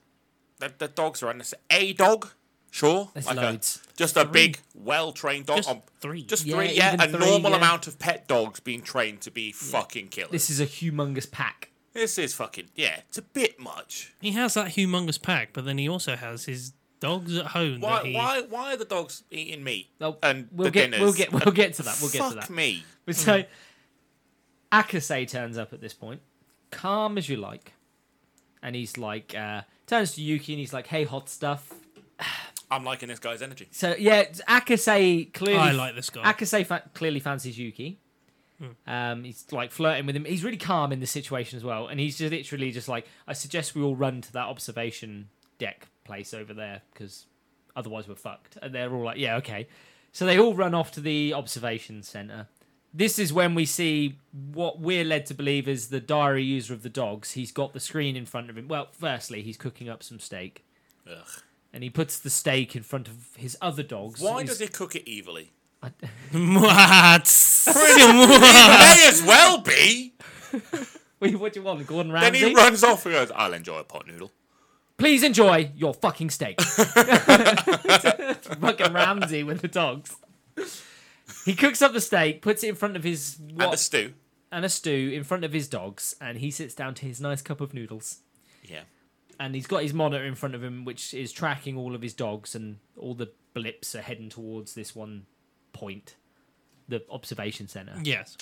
The, the dogs are unnecessary. A dog, sure. There's like a- loads. just a big, well-trained dog. Just um, three. Just Yeah, three, yeah. even A three, normal yeah. amount of pet dogs being trained to be fucking killers. This is This, a humongous pack. is fucking, yeah, it's a bit much. He has that humongous pack, but then he also has his dogs at home. Why, that he, [LAUGHS] why, why are the dogs eating meat Oh, and we'll the get dinners? we'll get we'll get to that. [LAUGHS] We'll get Fuck to that. me. But so Akase turns up at this point, calm as you like. And he's like, uh, turns to Yuki and he's like, hey, hot stuff. I'm liking this guy's energy. So, yeah, Akase clearly. I like this guy. Akase fa- clearly fancies Yuki. Um, he's like flirting with him. He's really calm in this situation as well. And he's just literally just like, I suggest we all run to that observation deck place over there because otherwise we're fucked. And they're all like, yeah, okay. So they all run off to the observation center. This is when we see what we're led to believe is the diary user of the dogs. He's got the screen in front of him. Well, firstly, he's cooking up some steak Ugh. and he puts the steak in front of his other dogs. Why He's- does he cook it evilly? What? May as well [LAUGHS] be. Wait, [LAUGHS] what do you want, Gordon Then Ramsay? he runs off and goes, I'll enjoy a pot noodle. Please enjoy your fucking [LAUGHS] steak. [LAUGHS] fucking Ramsay with the dogs. He cooks up the steak, puts it in front of his what, And a stew. and a stew in front of his dogs, and he sits down to his nice cup of noodles. Yeah. And he's got his monitor in front of him, which is tracking all of his dogs, and all the blips are heading towards this one point, the observation center. [LAUGHS] yes.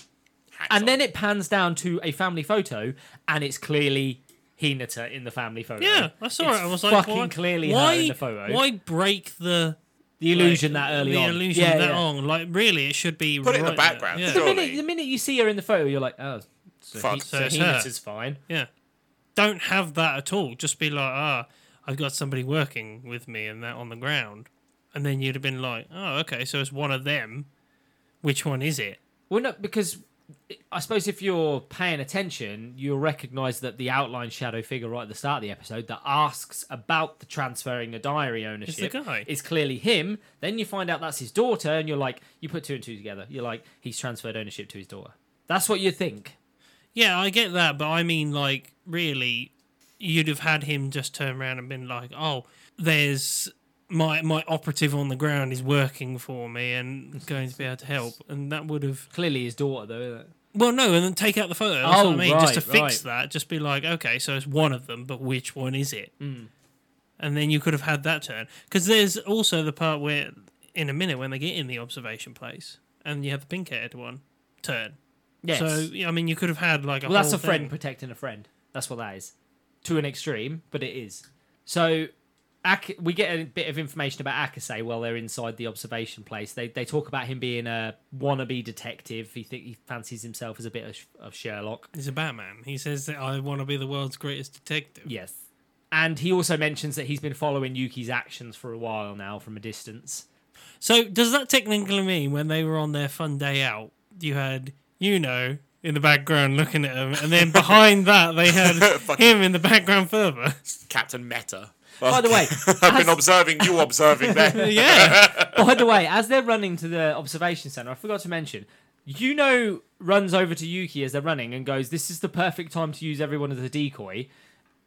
Hats And off. then it pans down to a family photo, and it's clearly Hinata in the family photo. Yeah, I saw It's it. I was like, fucking why, clearly why, her in the photo. Why break the The illusion that early the on. illusion yeah, that yeah. on? Like, really, it should be Put it in the right background. There. The Yeah. Sure. minute, the minute you see her in the photo, you're like, oh, so, Fuck. he, So so it's Hinata's fine. yeah, don't have that at all. Just be like, ah, I've got somebody working with me and that on the ground, and then you'd have been like, oh, okay, so it's one of them. Which one is it? Well, no, because I suppose if you're paying attention, you'll recognise that the outline shadow figure right at the start of the episode that asks about the transferring a diary ownership guy. is clearly him. Then you find out that's his daughter, and you're like, you put two and two together. You're like, he's transferred ownership to his daughter. That's what you think. Yeah, I get that, but I mean, like, really, you'd have had him just turn around and been like, "Oh, there's my my operative on the ground is working for me and going to be able to help," and that would have. Clearly, his daughter, though, isn't it? Well, no, and then take out the photo. That's Oh, what I mean. just to right, fix that, just be like, okay, so it's one of them, but which one is it? Hmm. And then you could have had that turn because there's also the part where, in a minute, when they get in the observation place and you have the pink-haired one turn. Yes. So yeah, I mean, you could have had like a. Well, that's whole a friend thing. protecting a friend. That's what that is, to an extreme, but it is. So, Ak- we get a bit of information about Akase while they're inside the observation place. They they talk about him being a wannabe detective. He think he fancies himself as a bit of, of Sherlock. He's a Batman. He says that I want to be the world's greatest detective. Yes, and he also mentions that he's been following Yuki's actions for a while now from a distance. So does that technically mean when they were on their fun day out, you had you know in the background looking at him, [LAUGHS] and then behind that they had Fucking- him in the background [LAUGHS] further? Captain Meta. By the way, Oh. [LAUGHS] I've been observing you observing them. [LAUGHS] [LAUGHS] yeah, By the way, as they're running to the observation center, I forgot to mention. Yuno runs over to Yuki as they're running and goes, "This is the perfect time to use everyone as a decoy.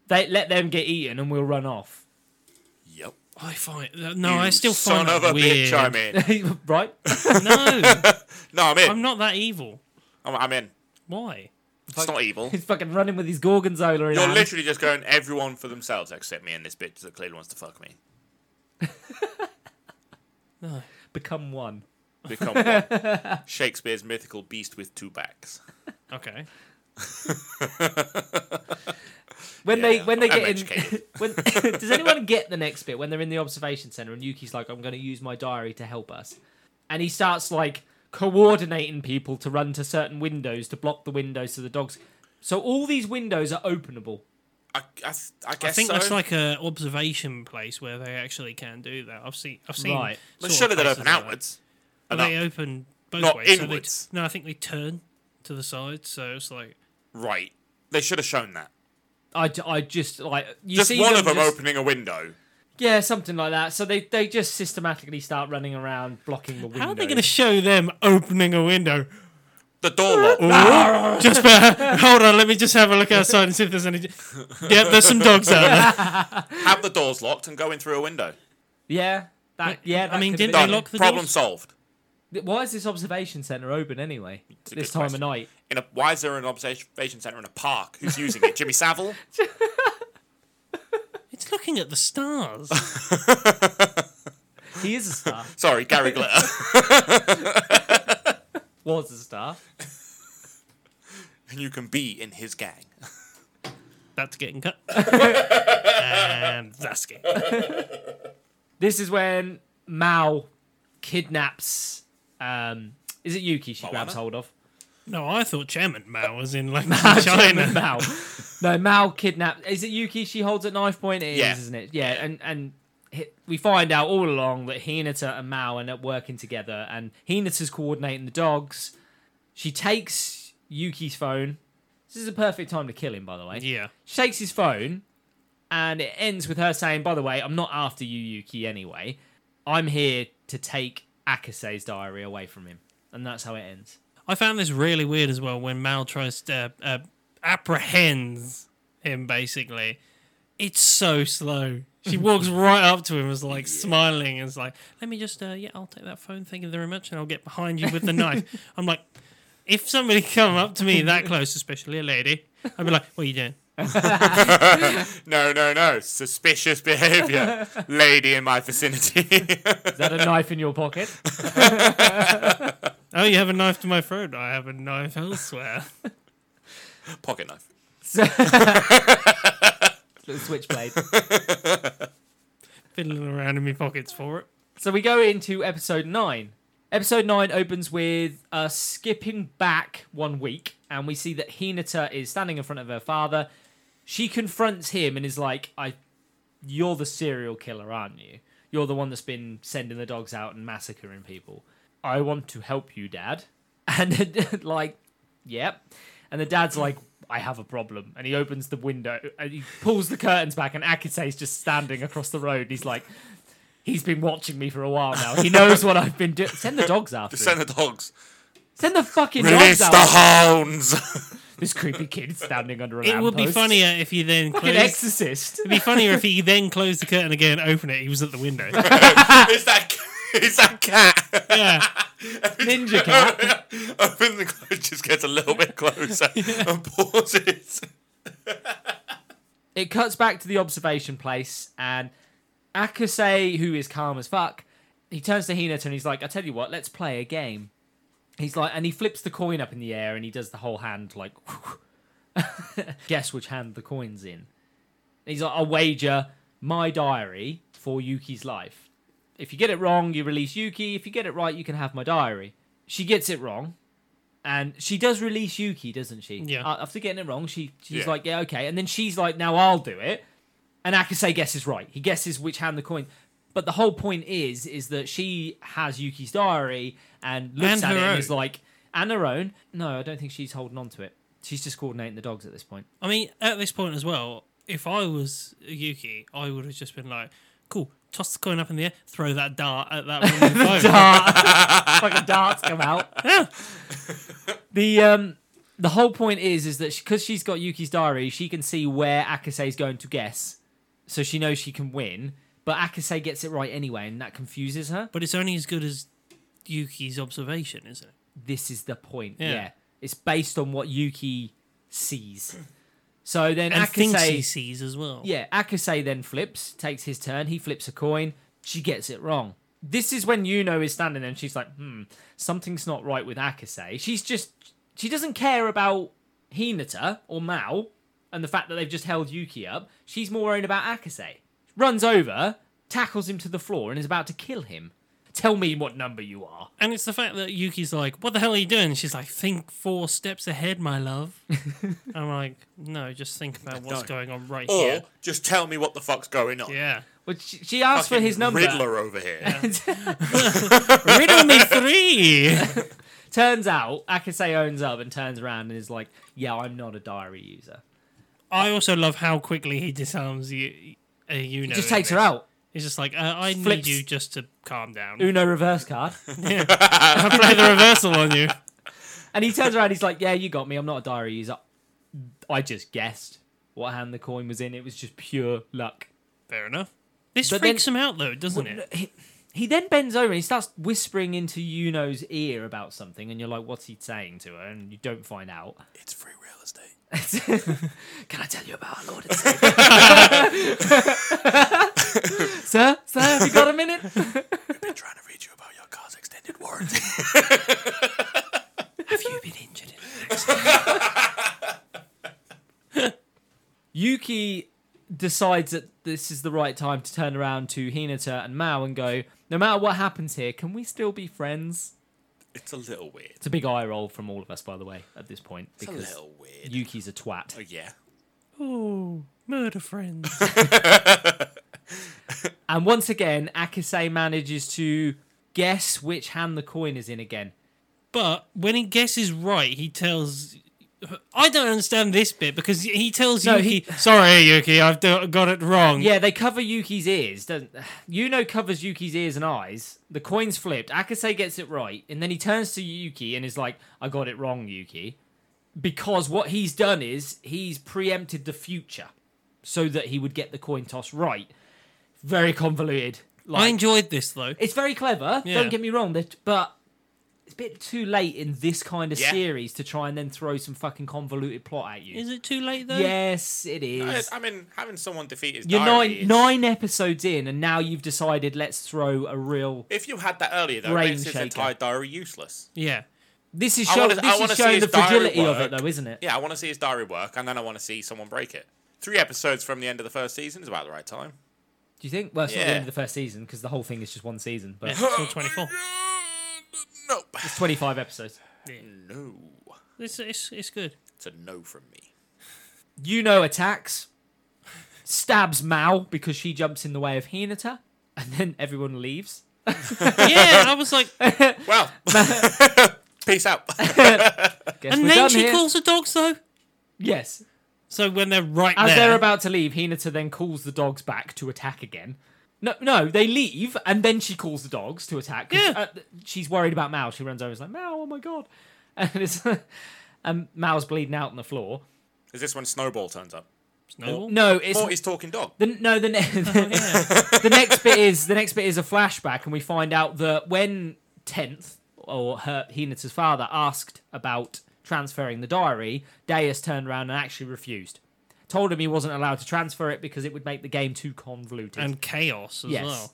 They let them get eaten and we'll run off." [LAUGHS] yep. I find uh, no, Oh, I You still son find that of a weird. bitch. I'm in. right? [LAUGHS] No, No, I'm in. I'm not that evil. I'm, I'm in. Why? It's not [LAUGHS] evil. He's fucking running with his gorgonzola. In You're hand. literally just going everyone for themselves except me and this bitch that clearly wants to fuck me. become one. Become one. [LAUGHS] Shakespeare's mythical beast with two backs. Okay. When Yeah, they yeah. when they I'm get in, educated. [LAUGHS] when, does [LAUGHS] anyone get the next bit when they're in the observation center and Yuki's like, "I'm going to use my diary to help us," and he starts like coordinating people to run to certain windows to block the windows so the dogs. So all these windows are openable. I, I, I I guess think so. that's like a observation place where they actually can do that. I've seen. I've seen. Right. But sort of surely they places open like that. outwards. But and they uh, up. open both Not ways. so they- inwards. no, I think they turn to the side, so it's like Right. They should have shown that. I, d- I just like you Just see one of them just- opening a window. Yeah, something like that. So they they just systematically start running around blocking the window. How are they going to show them opening a window? The door lock. just bear- hold on, let me just have a look outside and see if there's any. Yeah, there's some dogs out there. Have the doors locked and go in through a window. Yeah. That, yeah, I mean, could've didn't Done. been- lock the Problem doors? solved. Why is this observation center open anyway? a This good time question. of night. In a, why is there an observation centre in a park? Who's using it? Jimmy Savile? It's looking at the stars. He is a [LAUGHS] star. Sorry, Gary Glitter. [LAUGHS] Was a star. and you can be in his gang. That's getting cut. and that's getting cut. This is when Mao kidnaps. Um, is it Yuki? She grabs hold of. No, I thought Chairman Mao was in like Chairman [LAUGHS] Mao. China. No, Mao kidnapped. Is it Yuki? She holds at knife point. It is, Yeah. isn't it? Yeah, and and hi- we find out all along that Hinata and Mao are not working together, and Hinata's coordinating the dogs. She takes Yuki's phone. This is a perfect time to kill him, by the way. Yeah. She takes his phone, and it ends with her saying, "By the way, I'm not after you, Yuki. Anyway, I'm here to take Akase's diary away from him." And that's how it ends. I found this really weird as well when Mal tries to uh, uh, apprehends him. Basically, it's so slow. [LAUGHS] She walks right up to him, is like smiling, and is like, "Let me just, uh, yeah, I'll take that phone. Thank you very much, and I'll get behind you with [LAUGHS] the knife." I'm like, if somebody come up to me that close, especially a lady, I'd be like, "What are you doing?" No, no, no. Suspicious behaviour. Lady in my vicinity. [LAUGHS] Is that a knife in your pocket? Oh, you have a knife to my throat. I have a knife elsewhere. Pocket knife. Little switchblade. Fiddling around in my pockets for it. So we go into episode nine. Episode nine opens with us skipping back one week, and we see that Hinata is standing in front of her father. She confronts him and is like, "I, you're the serial killer, aren't you? You're the one that's been sending the dogs out and massacring people. I want to help you, Dad." [LAUGHS] And like, yep. And the dad's like, "I have a problem," and he opens the window and he pulls the curtains back, and Akase's just standing across the road. And he's like. He's been watching me for a while now. He knows what I've been doing. Send the dogs after him. Send the dogs. Send the fucking Release dogs the out. [LAUGHS] hounds. This creepy kid standing under a It would be lamppost. funnier if you then Fucking closed. exorcist. [LAUGHS] It'd be funnier if he then closed the curtain again, opened it. He was at [LAUGHS] the window. it's that. It's that cat. [LAUGHS] Yeah. Ninja cat. Open the close. Just gets a little [LAUGHS] bit closer and pauses. It cuts back to the observation place and Akase, who is calm as fuck, he turns to Hinata and he's like, I tell you what, let's play a game. He's like, and he flips the coin up in the air and he does the whole hand like, [LAUGHS] guess which hand the coin's in. He's like, I'll wager my diary for Yuki's life. If you get it wrong, you release Yuki. If you get it right, you can have my diary. She gets it wrong, and she does release Yuki, doesn't she? Yeah. Uh, after getting it wrong, she she's Yeah. like, yeah, okay. And then she's like, now I'll do it. And Akase guesses right. He guesses which hand the coin. But the whole point is, is that she has Yuki's diary and looks And at it her and own. is like, and her own. No, I don't think she's holding on to it. She's just coordinating the dogs at this [LAUGHS] point. [LAUGHS] I mean, at this point as well, if I was Yuki, I would have just been like, cool, toss the coin up in the air, throw that dart [LAUGHS] at that woman's phone. dart. Fucking darts come out. [LAUGHS] the um the whole point is is that because she, has got Yuki's diary, she can see where Akase is going to guess, so she knows she can win. But Akase gets it right anyway, and that confuses her. But it's only as good as Yuki's observation, isn't it? This is the point. Yeah, Yeah. it's based on what Yuki sees. [CLEARS THROAT] So then And thinks he Akase sees as well. Yeah, Akase then flips, takes his turn. He flips a coin. She gets it wrong. This is when Yuno is standing there and she's like, hmm, something's not right with Akase. She's just, she doesn't care about Hinata or Mao and the fact that they've just held Yuki up. She's more worried about Akase. Runs over, tackles him to the floor, and is about to kill him. Tell me what number you are. And it's the fact that Yuki's like, what the hell are you doing? And she's like, think four steps ahead, [LAUGHS] my love. I'm like, no, just think about what's No. going on right Oh. Or here. just tell me what the fuck's going [LAUGHS] on. Yeah. But she, she asks for Fucking his number. Riddler over here. Riddle me three. [LAUGHS] [LAUGHS] turns out, Akase owns up and turns around and is like, yeah, I'm not a diary user. I also love how quickly he disarms you. Uh, you know, Just takes her out. He's just like, uh, I Flips- need you just to calm down. [LAUGHS] Uno reverse card. I [LAUGHS] play the reversal on you. And he turns around, he's like, Yeah, you got me. I'm not a diary user. I just guessed what hand the coin was in. It was just pure luck. Fair enough. This But freaks him out though, doesn't it? He, he then bends over and he starts whispering into Yuno's ear about something. And you're like, What's he saying to her? And you don't find [LAUGHS] out. it's free real estate. Can I tell you about our Lord and Savior? [LAUGHS] sir, sir, have you got a minute? Been trying to read you about your car's extended warranty. [LAUGHS] Have you been injured in an Yuki decides that this is the right time to turn around to Hinata and Mao and go, no matter what happens here, can we still be friends? It's a little weird. It's a big eye roll from all of us, by the way, at this point, It's a because little weird. Yuki's a twat. Oh, yeah. Oh, murder friends. [LAUGHS] And once again, Akase manages to guess which hand the coin is in again. but when he guesses right, he tells. I don't understand this bit because he tells No, Yuki, "Sorry, Yuki, I've do- got it wrong." Yeah, they cover Yuki's ears. Doesn't [SIGHS] Yuno covers Yuki's ears and eyes. The coin's flipped. Akase gets it right, and then he turns to Yuki and is like, "I got it wrong, Yuki," because what he's done is he's preempted the future so that he would get the coin toss right. Very convoluted. I Like enjoyed this though. it's very clever. Yeah. Don't get me wrong, that- but it's a bit too late in this kind of Yeah. series to try and then throw some fucking convoluted plot at you. Is it too late though? Yes, it is. I, I mean, having someone defeat his You're diary nine is- nine episodes in, and now you've decided let's throw a real. If you had that earlier, though, it Brain makes his shaker. entire diary useless. [GASPS] Yeah. This is I show, wanna- I this wanna is see showing his the diary fragility of it, work. though, isn't it? Yeah, I want to see his diary work, and then I want to see someone break it. Three episodes from the end of the first season is about the right time. Do you think? Well, it's not the Yeah. end of the first season because the whole thing is just one season, but yeah till Twenty-four. Nope. it's 25 episodes. No. It's, it's it's good. It's a no from me. Yuno attacks, stabs Mao because she jumps in the way of Hinata, and then everyone leaves. Yeah, I was like, [LAUGHS] and Well, [LAUGHS] peace out. [LAUGHS] Guess we're then done she here. calls the dogs though. Yes. So when they're right As there, they're about to leave, Hinata then calls the dogs back to attack again. No, no, they leave, and then she calls the dogs to attack. 'cause, Yeah. uh, th- she's worried about Mao. She runs over and is like, Mao, oh my god. [LAUGHS] And, it's, and Mao's bleeding out on the floor. Is this when Snowball turns up? Snowball. No, it's... Or he's talking dog. The, no, the, Oh, [LAUGHS] ne- the next bit is the next bit is a flashback, and we find out that when Tenth or her Hinata's father asked about transferring the diary, Deus turned around and actually refused. Told him he wasn't allowed to transfer it because it would make the game too convoluted. and chaos as Yes. well.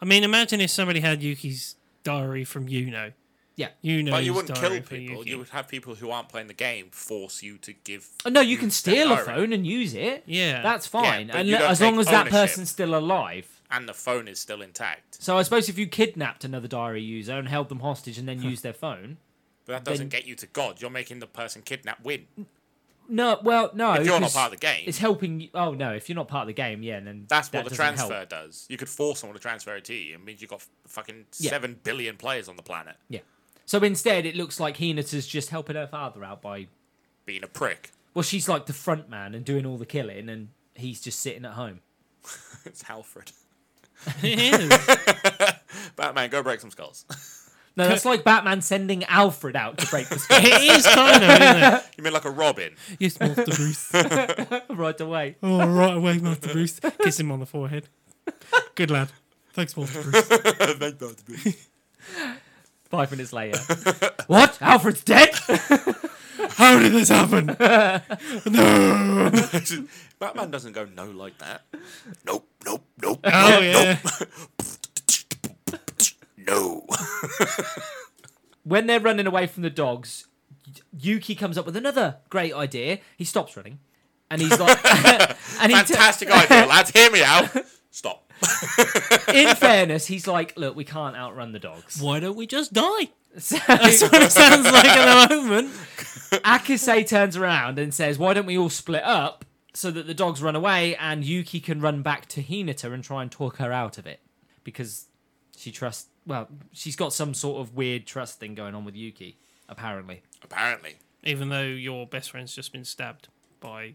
I mean, imagine if somebody had Yuki's diary from Yuno. yeah. Yuno's But you wouldn't diary kill for people. Yuki. You would have people who aren't playing the game force you to give. Oh, no, you can their steal a diary. phone and use it. Yeah. That's fine, but and you don't as long take as that ownership. person's still alive. and the phone is still intact. So I suppose if you kidnapped another diary user and held them hostage and then used their phone, But that Then- doesn't get you to God. You're making the person kidnapped win. No, well, no. If you're not because part of the game. it's helping. You. Oh no, if you're not part of the game, yeah, then That's that what the doesn't transfer Help. does. You could force someone to transfer it to you. It means you've got f- fucking Yeah. seven billion players on the planet Yeah. So instead, it looks like Hinata's just helping her father out by. being a prick. [LAUGHS] Well, she's like the front man and doing all the killing, and he's just sitting at home. It's Halfred. [LAUGHS] It is. Batman, go break some skulls. [LAUGHS] No, that's like Batman sending Alfred out to break the sky it is kind of, isn't it? you mean like a Robin? [LAUGHS] Yes, Master Bruce. [LAUGHS] right away. Oh, right away, Master Bruce. Kiss him on the forehead. Good lad. Thanks, Master Bruce. Five minutes later. [LAUGHS] what? Alfred's dead? How did this happen? no. [LAUGHS] Batman doesn't go no like that. Nope, nope, nope. Oh yeah. [LAUGHS] No. when they're running away from the dogs, Y- Yuki comes up with another great idea. He stops running, and he's like, [LAUGHS] and he t- Fantastic idea, lads. Hear me out. Stop. [LAUGHS] in fairness, he's like, look, we can't outrun the dogs. Why don't we just die? So [LAUGHS] That's what it sounds [LAUGHS] like at the moment. Akase turns around and says, why don't we all split up so that the dogs run away and Yuki can run back to Hinata and try and talk her out of it because she trusts. Well, she's got some sort of weird trust thing going on with Yuki, apparently. Apparently. Even though your best friend's just been stabbed by,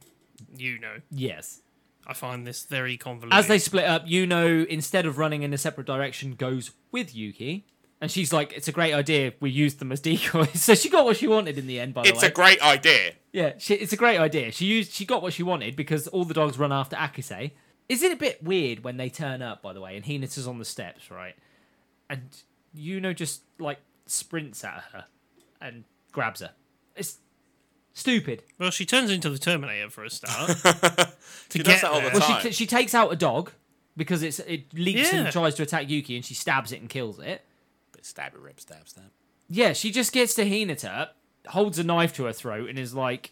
you know, Yes. I find this very convoluted. As they split up, Yuno, instead of running in a separate direction, goes with Yuki. And she's like, it's a great idea. We used them as decoys. [LAUGHS] so she got what she wanted in the end, by the It's way. a great idea. Yeah, she, it's a great idea. She used, she got what she wanted because all the dogs run after Akase. Is it a bit weird when they turn up, by the way, and Hinata's on the steps, right? And Yuno just like sprints at her and grabs her. It's stupid. well, she turns into the Terminator for a [LAUGHS] start. to She get does that all the time. there. Well, she she takes out a dog because it's it leaks Yeah. and tries to attack Yuki, and she stabs it and kills it. Bit stabby rib, stab, stab. Yeah, she just gets to Hinata, holds a knife to her throat, and is like,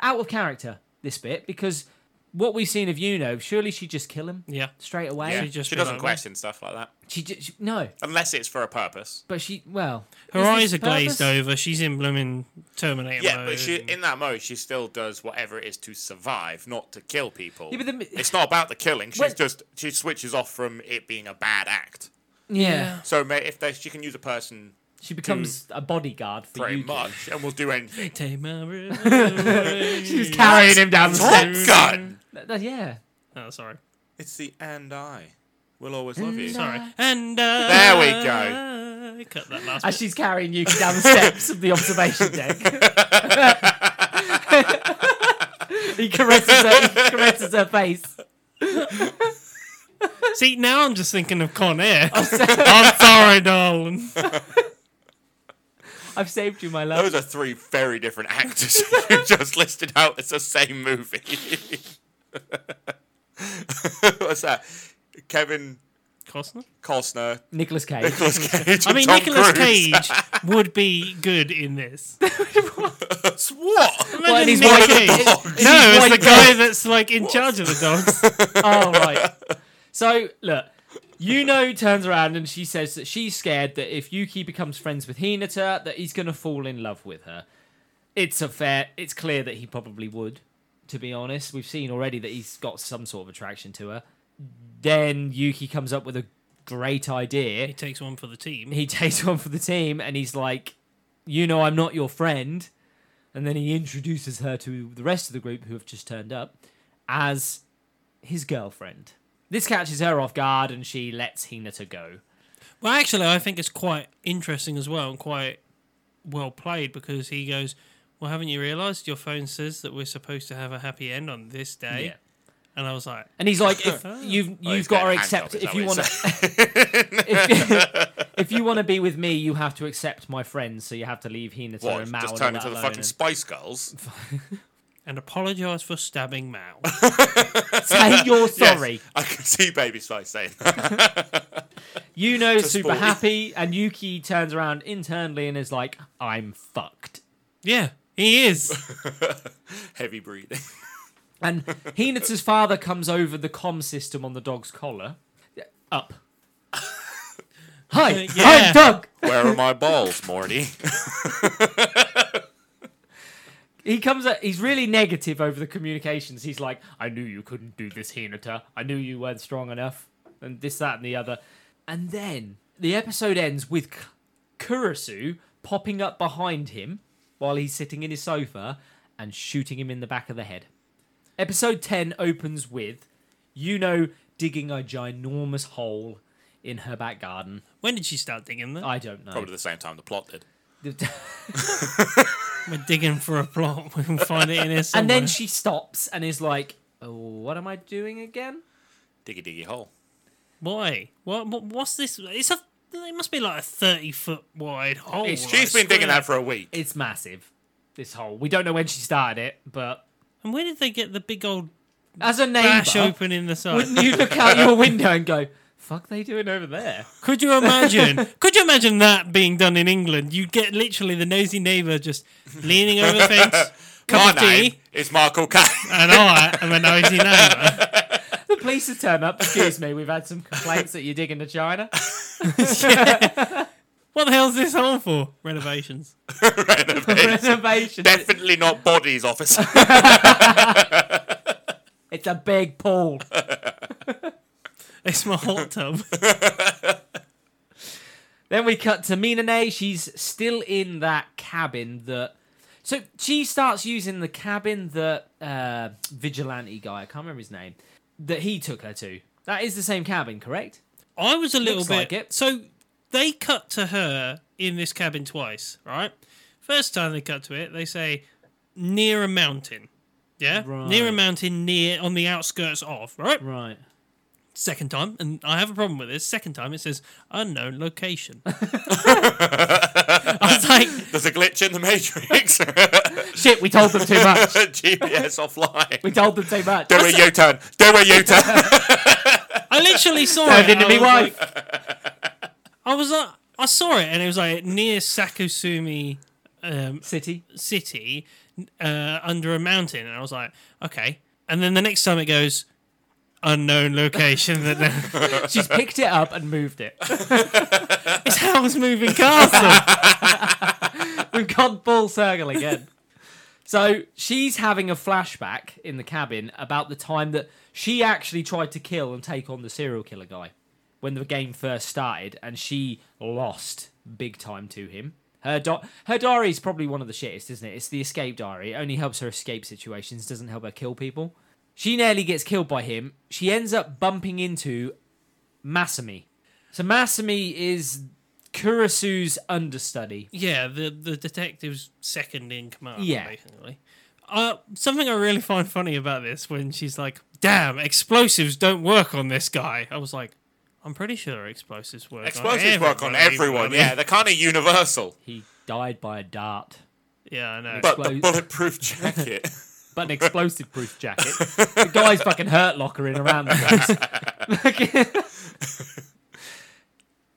out of character, this bit, because what we've seen of Yuno, surely she'd just kill him Yeah. straight away. Yeah, She, she, just be doesn't like, question stuff like that she, ju- she- no, unless it's for a purpose. but she well, Her is eyes this are glazed purpose? over. She's in blooming Terminator Yeah, mode. but she and- in that mode she still does whatever it is to survive, not to kill people. Yeah, but the- it's not about the killing. She's Well- just she switches off from it being a bad act. Yeah, Yeah. So ma- if they, she can use a person she becomes Mm. a bodyguard for pretty you. much and will do anything. Take my breath [LAUGHS] away. She's [LAUGHS] carrying him down the Top steps. Gun. Th- th- [LAUGHS] yeah, Oh, sorry. It's the and I will always love you. Sorry. And uh, There we go. Cut that last. as bit. she's carrying you down the steps of the observation [LAUGHS] deck. [LAUGHS] he caresses her, he caresses her face. See, now I'm just thinking of Con Air. [LAUGHS] I'm sorry, darling. I've saved you, my love. Those are three very different actors [LAUGHS] you just listed out. It's the same movie. [LAUGHS] What's that? Kevin Costner. Costner, Nicholas Cage. Nicolas Cage. I mean, Nicolas Nicholas Cage would be good in [LAUGHS] this. [LAUGHS] what? Well, and he's Nick white- Cage. he's- he's No, it's white the dog. guy that's like in charge of the [LAUGHS] dogs. Oh right. So look, Yuno turns around and she says that she's scared that if Yuki becomes friends with Hinata, that he's gonna fall in love with her. It's a fair. It's clear that he probably would. To be honest, we've seen already that he's got some sort of attraction to her. Then Yuki comes up with a great idea. He takes one for the team. He [LAUGHS] takes one for the team and he's like, "You know, I'm not your friend." And then he introduces her to the rest of the group who have just turned up as his girlfriend. This catches her off guard and she lets Hinata go. Well, actually, I think it's quite interesting as well and quite well played because he goes, "Well, haven't you realised your phone says that we're supposed to have a happy end on this day?" And I was like, And he's like, if you've [LAUGHS] Oh, he's you've got to going, "Hang accept on, is if that you what want he's to [LAUGHS] [LAUGHS] if, if you want to be with me, you have to accept my friends. So you have to leave Hinata What? and Mao Just and turn all into that the alone fucking and- [LAUGHS] Spice Girls. "And apologise for stabbing Mao." say you're sorry. [LAUGHS] Yes, I can see Baby Spice saying that. [LAUGHS] Yuno's super sporty. happy, and Yuki turns around internally and is like, I'm fucked. [LAUGHS] yeah, he is. Heavy breathing. And Hinata's father comes over the comm system on the dog's collar. Up. Hi, Uh, yeah. I'm Doug. Where are my balls, Morty? He comes at, he's really negative over the communications. He's like, I knew you couldn't do this, Hinata. I knew you weren't strong enough. And this, that, and the other. And then the episode ends with K- Kurisu popping up behind him while he's sitting in his sofa and shooting him in the back of the head. Episode 10 opens with Yuno digging a ginormous hole in her back garden. When did she start digging that? I don't know. [LAUGHS] [LAUGHS] Probably the same time the plot did. We're digging for a plot. [LAUGHS] We can find it in here somewhere. and then she stops and is like, oh, What am I doing again? Diggy diggy hole. why? What, what? What's this? It's a. It must be like a thirty foot wide hole. It's- like, She's been digging square. that for a week. It's massive, this hole. We don't know when she started it, but And where did they get the big old as a bash neighbour, [LAUGHS] open in the side? wouldn't you look out your window and go, Fuck they doing over there? Could you imagine? [LAUGHS] could you imagine that being done in England? You'd get literally the nosy neighbour just leaning over the [LAUGHS] fence, My cup of name tea, is Michael [LAUGHS] Caine. and I am a nosy neighbour. [LAUGHS] The police have turned up. Excuse me, we've had some complaints that you're digging to China. What the hell's this hole for? Renovations. Renovation. Definitely not bodies, [LAUGHS] officer. It's a big pool. It's my hot tub. Then we cut to Minane. She's still in that cabin that. So she starts using the cabin that uh, vigilante guy, I can't remember his name, that he took her to. That is the same cabin, correct? I was a little Looks bit. like it. So they cut to her in this cabin twice, right? First time they cut to it, they say near a mountain. Yeah, near a Right. mountain, near on the outskirts of, right? Right. Second time, and I have a problem with this. Second time, it says unknown location. I was like, There's a glitch in the Matrix. Shit, we told them too much. [LAUGHS] GPS offline. We told them too much. Do a U turn. Do a U turn. I literally [LAUGHS] saw it. Turned into I me was like- wife. I was like, I saw it, and it was like near Sakusumi um, City. city uh, under a mountain, and I was like, okay, And then the next time it goes, unknown location. That She's picked it up and moved it. [LAUGHS] it's Howl's Moving Castle. [LAUGHS] We've gone full circle again. So she's having a flashback in the cabin about the time that she actually tried to kill and take on the serial killer guy when the game first started, and she lost big time to him. Her di- her diary is probably one of the shittest, isn't it? It's the escape diary. It only helps her escape situations, doesn't help her kill people. She nearly gets killed by him. She ends up bumping into Masami. So Masami is Kurasu's understudy. yeah, the the detective's second in command. Yeah. basically. Uh, something I really find funny about this when she's like, "Damn, explosives don't work on this guy." I was like, "I'm pretty sure explosives work." Explosives on work on everybody, everyone. buddy." Yeah, they're kind of universal. He died by a dart. [LAUGHS] yeah, I know. But the Explo- [LAUGHS] bulletproof jacket. but an explosive proof jacket. The guy's fucking hurt locker in around the place. [LAUGHS]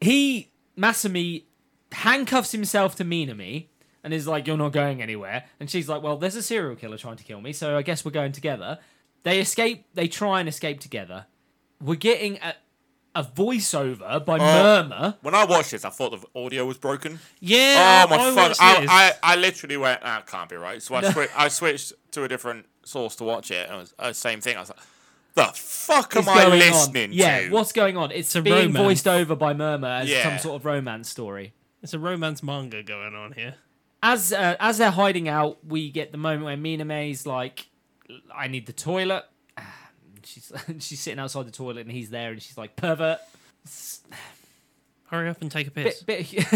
he Masami handcuffs himself to Minami and is like, You're not going anywhere. And she's like, Well, there's a serial killer trying to kill me, so I guess we're going together. They escape they try and escape together. We're getting a a voiceover by Murmur. when I watched this, I thought the audio was broken. yeah, Oh my I fuck! watched this. I, I I literally went. That can't be right. So I swi- I switched to a different source to watch it, and it was uh, same thing. I was like, the fuck am is I going on. listening Yeah, to? what's going on? It's, a being romance. voiced over by Murmur as Yeah. some sort of romance story. It's a romance manga going on here. as uh, as they're hiding out, we get the moment where Mina May's like, "I need the toilet." [SIGHS] Ah, She's [LAUGHS] she's sitting outside the toilet and he's there and she's like, "Pervert." Hurry up and take a piss. Bit, bit, [LAUGHS]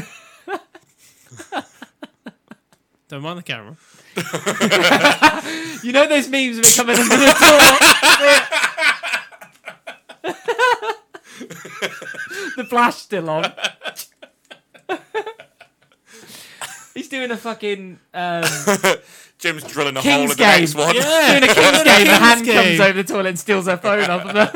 Don't mind the camera. you know those memes of it coming under the door. [LAUGHS] the flash still on. [LAUGHS] he's doing a fucking um, [LAUGHS] Jim's drilling a hole King's in the next game. one. Yeah. doing a [LAUGHS] king's game. A hand King's comes game. over the toilet and steals her phone off of her.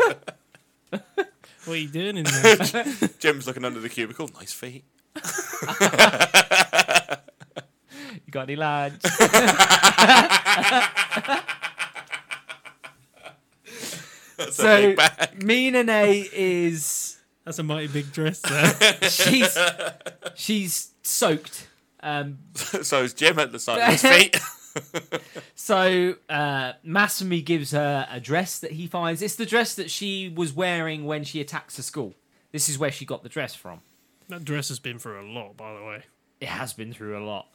What are you [LAUGHS] doing in there? [LAUGHS] Jim's looking under the cubicle. Nice feet. [LAUGHS] [LAUGHS] You got any [LAUGHS] lads? That's a so big bag. Mina Nay is That's a mighty big dress [LAUGHS] there. she's she's soaked. Um, so is Jim at the side [LAUGHS] of his feet. so uh, Masumi gives her a dress that he finds. It's the dress that she was wearing when she attacks the school. This is where she got the dress from. that dress has been through a lot, by the way, It has been through a lot.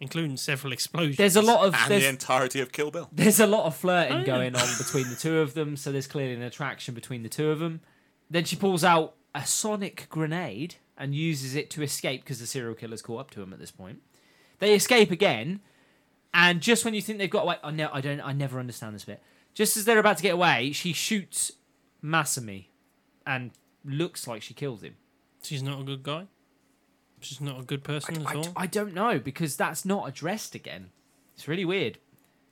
including several explosions. There's a lot of and the there's, entirety of Kill Bill. there's a lot of flirting yeah. going on between the two of them. So there's clearly an attraction between the two of them. Then she pulls out a sonic grenade and uses it to escape because the serial killer's caught up to him at this point. They escape again, and just when you think they've got away, oh no, I don't, I never understand this bit. Just as they're about to get away, she shoots Masami, and looks like she kills him. She's not a good guy. She's not a good person at I, all. I don't know because that's not addressed again. It's really weird.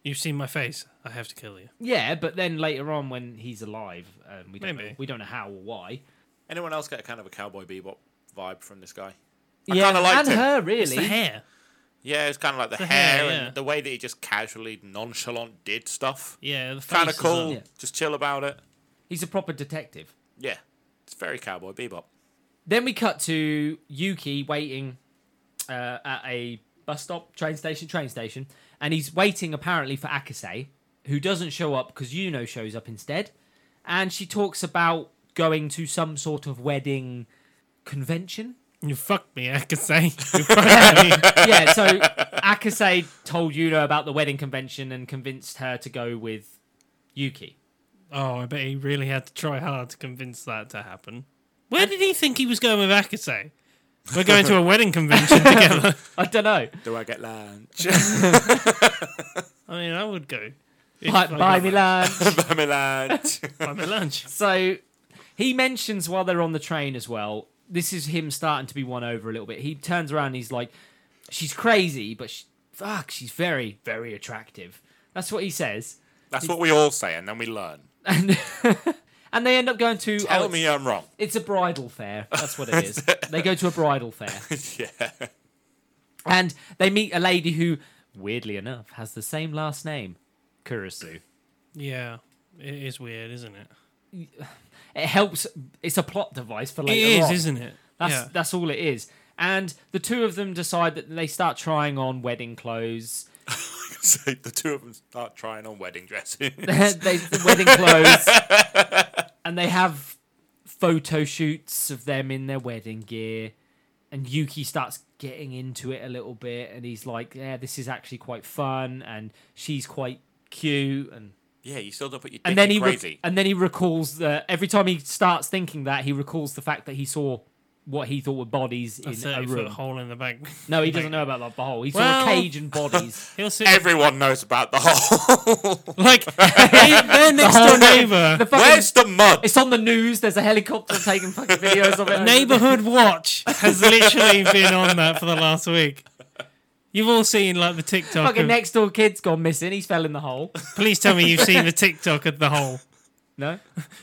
You've seen my face. I have to kill you. Yeah, but then later on when he's alive, um, we don't know, Maybe. we don't know how or why. Anyone else get a kind of a cowboy bebop vibe from this guy? yeah, kinda and liked him. her It's the really. hair. Yeah, it's kind of like the, The hair, hair, yeah. and the way that he just casually nonchalant did stuff. Yeah, the Kind of face is on- cool. Yeah. Just chill about it. He's a proper detective. Yeah, it's very cowboy bebop. Then we cut to Yuki waiting uh, at a bus stop, train station, train station, and he's waiting apparently for Akase, who doesn't show up because Yuno shows up instead, and she talks about going to some sort of wedding convention. You fucked me, I could say. [LAUGHS] You fucked me. yeah, so Akase told Yuno about the wedding convention and convinced her to go with Yuki. Oh, I bet he really had to try hard to convince that to happen. Where did he think he was going with Akase? We're going to a wedding [LAUGHS] convention together. I don't know. Do I get [LAUGHS] lunch? I mean, I would go. If I Buy, got buy my- me lunch. [LAUGHS] Buy me lunch. Buy me lunch. So he mentions while they're on the train as well. This is him starting to be won over a little bit. He turns around and he's like, "She's crazy, but she, fuck, she's very, very attractive." That's what he says, [LAUGHS] [LAUGHS] That's what we all say, and then we learn. and and they end up going to Tell oh, me I'm wrong. [LAUGHS] It's, it's a bridal fair. That's what it is. they go to a bridal fair, yeah. and they meet a lady who, weirdly enough, has the same last name, Kurisu. Yeah. It is weird, isn't it? It helps. It's a plot device for It later is, on. isn't it? That's yeah. that's all it is. And the two of them decide that they start trying on wedding clothes. [LAUGHS] so the two of them start trying on wedding dresses. [LAUGHS] they the wedding clothes, and they have photo shoots of them in their wedding gear. And Yuki starts getting into it a little bit, and he's like, "Yeah, this is actually quite fun," and she's quite cute, and yeah, you still don't put your dick and then in he re- crazy. and then he recalls that every time he starts thinking that he recalls the fact that he saw what he thought were bodies a in a thirty foot room. hole in the [LAUGHS] back. No, he doesn't know about that hole. He saw Well- a cage and bodies. He'll sit Everyone knows about the hole. [LAUGHS] [LAUGHS] like [LAUGHS] they- their next door neighbor. the fucking- Where's the [LAUGHS] mud? [LAUGHS] It's on the news. There's a helicopter taking [LAUGHS] fucking videos of it. Neighborhood Watch has literally been on that for the last week. You've all seen like the TikTok. fucking of- next door kid's gone missing. He's fell in the hole. Please tell me you've seen the TikTok of the hole. No,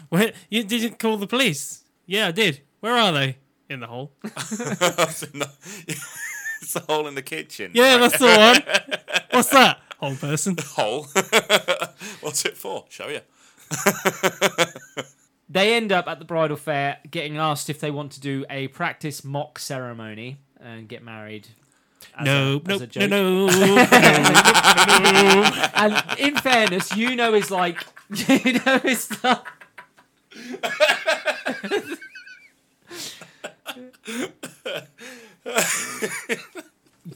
Where you didn't call the police? Yeah, I did. Where are they? In [LAUGHS] the hole. it's in the- [LAUGHS] it's the hole in the kitchen. Yeah, right? that's the one. What's that? Whole person. hole. [LAUGHS] What's it for? Show you. they end up at the bridal fair getting asked if they want to do a practice mock ceremony and get married. as No, a- as no, a no, joke. no, [LAUGHS] no. And in fairness, you know is like [LAUGHS] you know is like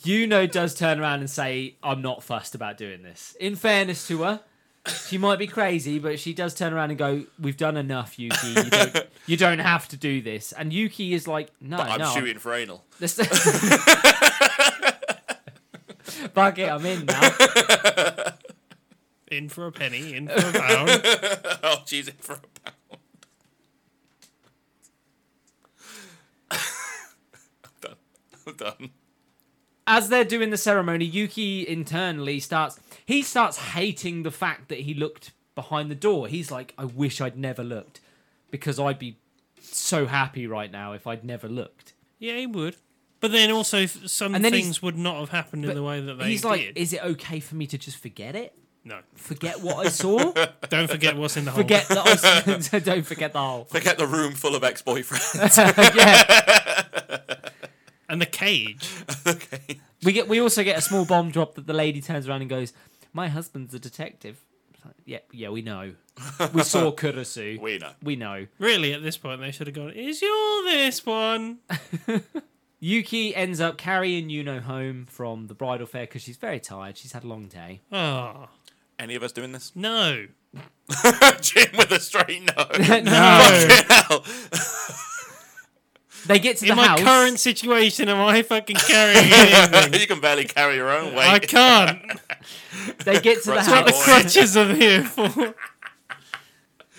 You know does turn around and say, I'm not fussed about doing this. In fairness to her, she might be crazy, but she does turn around and go, We've done enough, Yuki. You don't, you don't have to do this. And Yuki is like, No, I'm no. I'm- shooting for anal. Let's- [LAUGHS] Fuck it, I'm in now. In for a penny, in for a pound. Oh, she's in for a pound. [LAUGHS] I'm done. I'm done. as they're doing the ceremony, Yuki internally starts he starts hating the fact that he looked behind the door. He's like, I wish I'd never looked because I'd be so happy right now if I'd never looked. Yeah, he would. But then also, f- some And then he's- things would not have happened in the way that they He's like, did. is it okay for me to just forget it? no, Forget what I saw? don't forget what's in the hole. forget that I s- don't forget the whole. Forget the room full of [LAUGHS] ex-boyfriends. [LAUGHS] yeah. And the cage. okay. We get we also get a small bomb drop that the lady turns around and goes, My husband's a detective. It's like, yeah, yeah, we know. We saw Kurusu. We know. we know. Really, at this point, they should have gone. Is your this one? Yuki ends up carrying Yuno home from the bridal fair because she's very tired. She's had a long day. Oh Any of us doing [LAUGHS] this? no, Jim with a straight [LAUGHS] no. no. Hell. They get to the in my house. current situation, am I fucking carrying anything? [LAUGHS] you can barely carry your own weight. I can't. They get to the That's not The Boy. house. crutches are here for.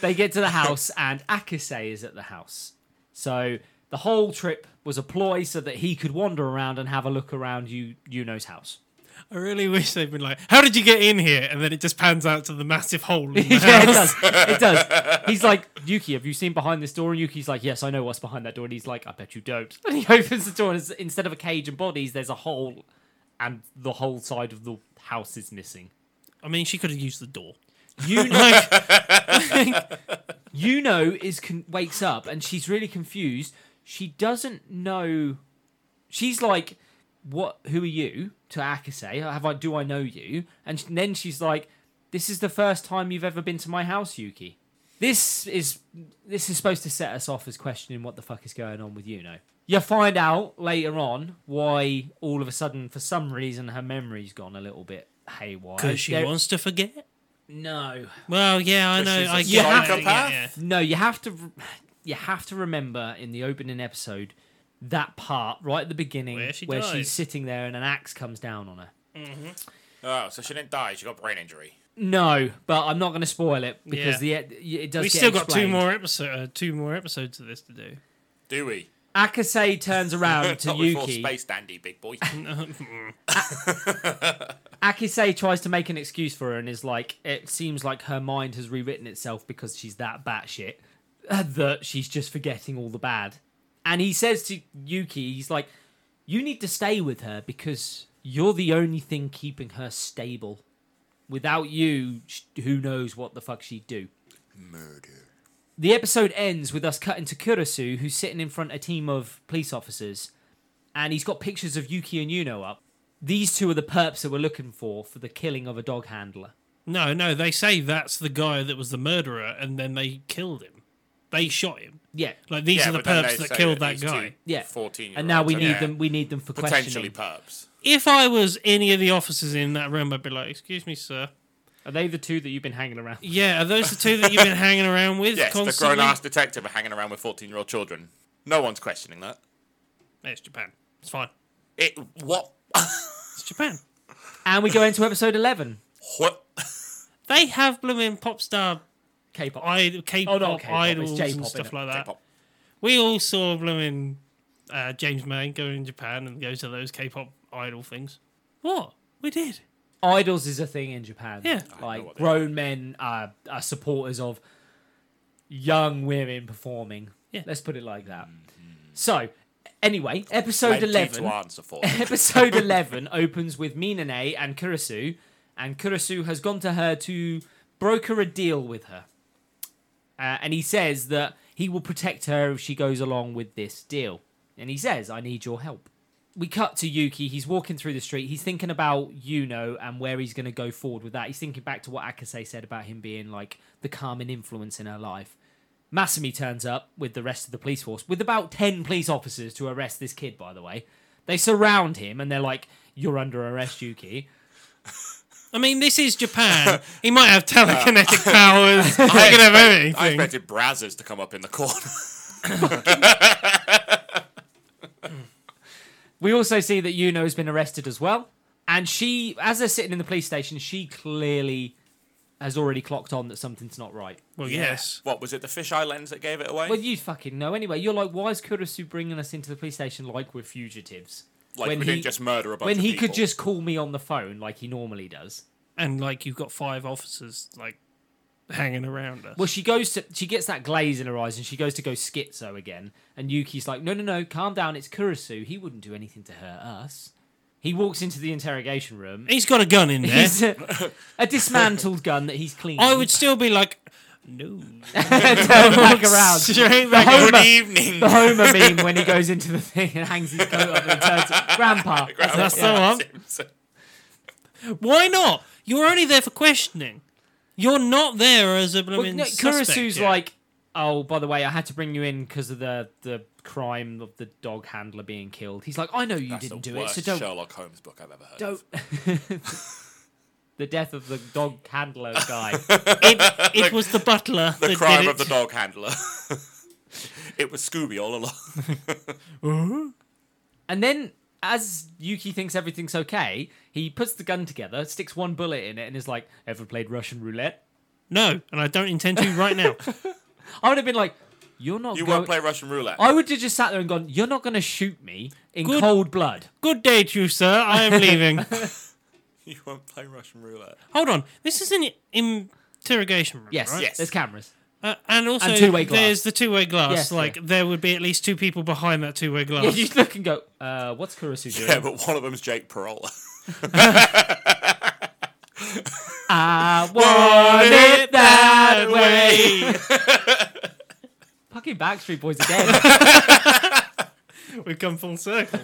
They get to the house, and Akase is at the house. So the whole trip was a ploy so that he could wander around and have a look around you Yuno's [LAUGHS] house. [LAUGHS] I really wish they'd been like, "How did you get in here?" And then it just pans out to the massive [LAUGHS] hole. In the yeah, it does. house. It does. He's like, Yuki, have you seen behind this door? And Yuki's like, Yes, I know what's behind that door. And he's like, I bet you don't. [LAUGHS] And he opens the door, and it's- instead of a cage and bodies, there's a hole, and the whole side of the house is missing. I mean, she could have used the door. [LAUGHS] You know, Like, you know is con- wakes up and she's really confused. She doesn't know. She's like, "What? Who are you?" To Akase, have I? Do I know you? And sh- then she's like, "This is the first time you've ever been to my house, Yuki." This is this is supposed to set us off as questioning what the fuck is going on with Yuno. You find out later on why all of a sudden, for some reason, her memory's gone a little bit haywire. Uh, because she There- wants to forget. No, Well, yeah, I know. she's a I get that, psychopath? yeah, yeah. No, you have to you have to remember in the opening episode that part right at the beginning Where she she's dies. sitting there and an axe comes down on her. Oh, so she didn't die. She got brain injury. No, but I'm not going to spoil it because the e, it does. We've get still got two explained. more episode, uh, two more episodes of this to do. Do we? Akase turns [LAUGHS] around Um, [LAUGHS] to Not before Yuki. space dandy, big boy. Akise tries to make an excuse for her and is like, it seems like her mind has rewritten itself because she's that batshit that she's just forgetting all the bad. And he says to Yuki, he's like, you need to stay with her because you're the only thing keeping her stable. Without you, sh- who knows what the fuck she'd do. Murder. The episode ends with us cutting to Kurisu, who's sitting in front of a team of police officers, and he's got pictures of Yuki and Yuno up. These two are the perps that we're looking for for the killing of a dog handler. No, no, they say that's the guy that was the murderer, and then they killed him. They shot him. Yeah, Like these are the but then perps they that say killed that these guy. two yeah. 14 and now we need year-olds are them. We need them for questioning. Potentially perps. If I was any of the officers in that room, I'd be like, "Excuse me, sir. Are they the two that you've been hanging around? Yeah, are those the two [LAUGHS] that you've been hanging around with Yes, the constantly?" grown ass detective are hanging around with 14 year old children. No one's questioning that. it's Japan. It's fine. It. What? It's Japan. [LAUGHS] And we go into episode eleven. What? [LAUGHS] They have blooming pop star K-pop. I- K-pop Oh, not K-pop, it's idols J-pop, and innit? stuff like that. K-pop. We all saw blooming uh, James May go in Japan and go to those K-pop idol things. What we did? Idols is a thing in Japan. Yeah. know what like they grown men are, are supporters of young women performing. Yeah. let's put it like that. So, anyway, episode Plenty eleven. to [LAUGHS] answer for. episode 11 opens with Minane and Kurisu, and Kurisu has gone to her to broker a deal with her. Uh, and he says that he will protect her if she goes along with this deal. And he says, I need your help. We cut to Yuki. He's walking through the street. He's thinking about Yuno and where he's going to go forward with that. He's thinking back to what Akase said about him being like the calming influence in her life. Masumi turns up with the rest of the police force, with about 10 police officers to arrest this kid, by the way. They surround him and they're like, You're under arrest, Yuki. I mean, this is [LAUGHS] Japan. he might have telekinetic Uh, powers. He could have I anything. expected Brazzers to come up in the corner. [LAUGHS] We also see that Yuno has been arrested as well. And she, as they're sitting in the police station, she clearly has already clocked on that something's not right. Well, yes. What was it? The fisheye lens that gave it away? Well, you fucking know anyway. You're like, Why is Kurisu bringing us into the police station like we're fugitives? like when we he- didn't just murder a bunch when of he people. could just call me on the phone like he normally does. And like you've got five officers like hanging around us. Well, she goes to she gets that glaze in her eyes and she goes to go schizo again. And Yuki's like, no, no, no, calm down. It's Kurisu. He wouldn't do anything to hurt us. He walks into the interrogation room. He's got a [LAUGHS] gun in there. He's a, a dismantled gun that he's cleaning. I would still be like, no. turn [LAUGHS] back around. Straight The [LAUGHS] back Good Homer, evening. the Homer meme when he goes into the thing and hangs his coat up and turns. it- [LAUGHS] Grandpa. That's That's it. the Yeah. one. Simpson. Why not? You're only there for questioning. You're not there as a Well, blooming no, suspect Kurisu's yet. like, oh, by the way, I had to bring you in because of the the crime of the dog handler being killed. He's like, I know you That's didn't the do it, worst so don't Sherlock Holmes book I've ever heard. Don't. [LAUGHS] the death of the dog handler guy. [LAUGHS] it, it was the butler. the that crime did of the it. dog handler. [LAUGHS] it was Scooby all [LAUGHS] along. and then, as Yuki thinks everything's okay, he puts the gun together, sticks one bullet in it, and is like, "Ever played Russian roulette?" No, and I don't intend to [LAUGHS] right now. I would have been like, "You're not You going." won't play Russian roulette. I would have just sat there and gone, "You're not going to shoot me in Good- cold blood." Good day to you, sir. I am [LAUGHS] leaving. [LAUGHS] You won't play Russian roulette. Hold on. This is an interrogation room. Yes, right? Yes. there's cameras. Uh, and also, And two-way glass. there's the two way glass. Yes, like, yeah. there would be at least two people behind that two way glass. Yeah, you look and go, uh, "What's Kurisu doing?" Yeah, but one of them's Jake Parola. [LAUGHS] I want it that way. Fucking Backstreet Boys again. [LAUGHS] We've come full circle.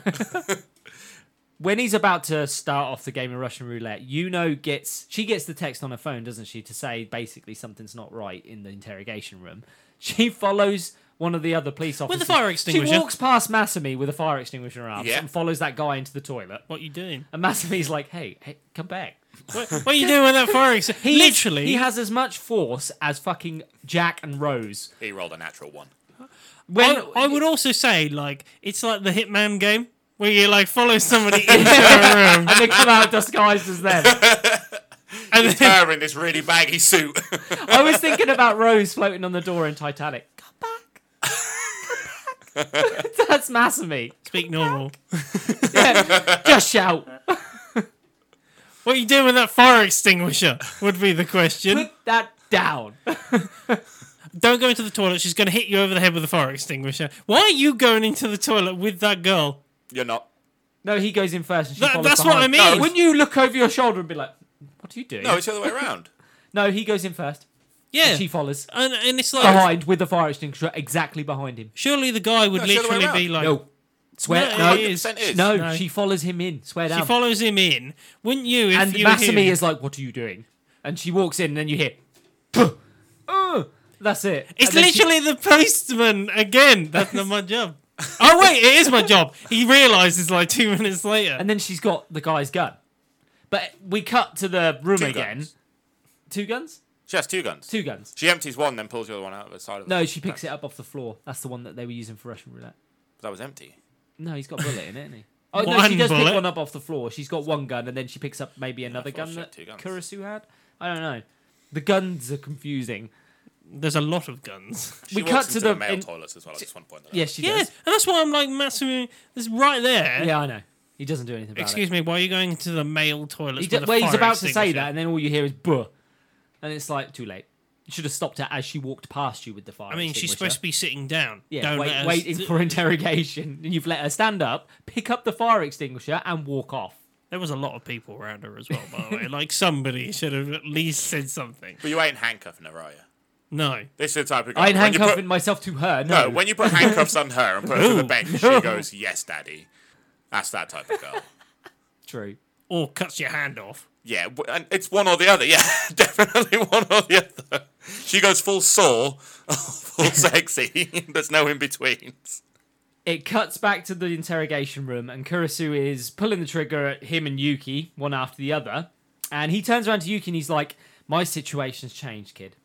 when he's about to start off the game of Russian roulette, Yuno gets she gets the text on her phone, doesn't she, to say basically something's not right in the interrogation room. [LAUGHS] She follows one of the other police officers a fire She extinguisher. walks past Masami with a fire extinguisher in her arms Yeah. and follows that guy into the toilet. What are you doing? And Masami's like, "Hey, hey, come back." What, what are you doing with that fire extinguisher? He is- Literally, he has as much force as fucking Jack and Rose. He rolled a natural one. When I, I would also say, like, it's like the Hitman game where you like follow [LAUGHS] somebody into a room and they come out disguised as them. and then, Her in this really baggy suit. I was thinking about Rose floating on the door in Titanic. Come back. Come back. [LAUGHS] That's Masami. speak normal. [LAUGHS] Yeah, just shout. What are you doing with that fire extinguisher? Would be the question. Put that down. Don't go into the toilet. She's going to hit you over the head with a fire extinguisher. Why are you going into the toilet with that girl? [LAUGHS] You're not. No, he goes in first and she That- follows that's behind. what I mean. Wouldn't you look over your shoulder and be like, what are you doing? No, No, it's the other way around. he goes in first. Yeah. And she Oh, follows and, and it's like, behind with the fire extinguisher exactly behind him. surely the guy would No, it's the other way literally be like, No, swear No, no, it is. 100% is. no, No. She follows him in. Swear she down. follows him in. Wouldn't you if and you were him? Masumi is like, "What are you doing?" And she walks in, and then you hear, "Puh, uh," that's it. It's And then she- literally the postman again. That's not my [LAUGHS] job. Oh wait, it is my job. He realizes like two minutes later. and then she's got the guy's gun. But we cut to the room [LAUGHS] Two again. guns. Two guns? She has two guns. Two guns. She empties one, then pulls the other one out of the side of the. No, she picks it up off the floor. That's the one that they were using for Russian roulette. That was empty. No, he's got a bullet in it, isn't he? [LAUGHS] Oh no, she One does pick bullet. one up off the floor. She's got one gun, and then she picks up maybe another thought gun she had that two guns. Kurisu had. I don't know. The guns are confusing. There's a lot of guns. She we walks cut into to the, the. male in- toilets as well. I just want to point that out. yeah, she [LAUGHS] Yeah, does. and that's why I'm like Matsumi is right there. Yeah, I know. He doesn't do anything. About Excuse it. me, why are you going into the male He toilets? d- with a well, he's fire about to say extinguisher? that, and then all you hear is "buh," and it's like too late. You should have stopped her as she walked past you with the fire. I mean, she's supposed to be sitting down. Yeah, Don't wait, let us- waiting for [LAUGHS] interrogation. And you've let her stand up, pick up the fire extinguisher, and walk off. There was a lot of people around her as well, by the way. Like somebody should have at least said something. But you ain't handcuffing her, are you? No. This is the type of guy. I ain't when you put- handcuffing myself to her. No, No, when you put handcuffs on her and put her to the No. bench, she goes, "Yes, daddy." That's that type of girl. true. Or cuts your hand off. Yeah, w- and it's one or the other. Yeah, [LAUGHS] definitely one or the other. She goes full sore, [LAUGHS] full sexy. [LAUGHS] There's no in betweens. It cuts back to the interrogation room, and Kurisu is pulling the trigger at him and Yuki, one after the other. And he turns around to Yuki and he's like, My situation's changed, kid.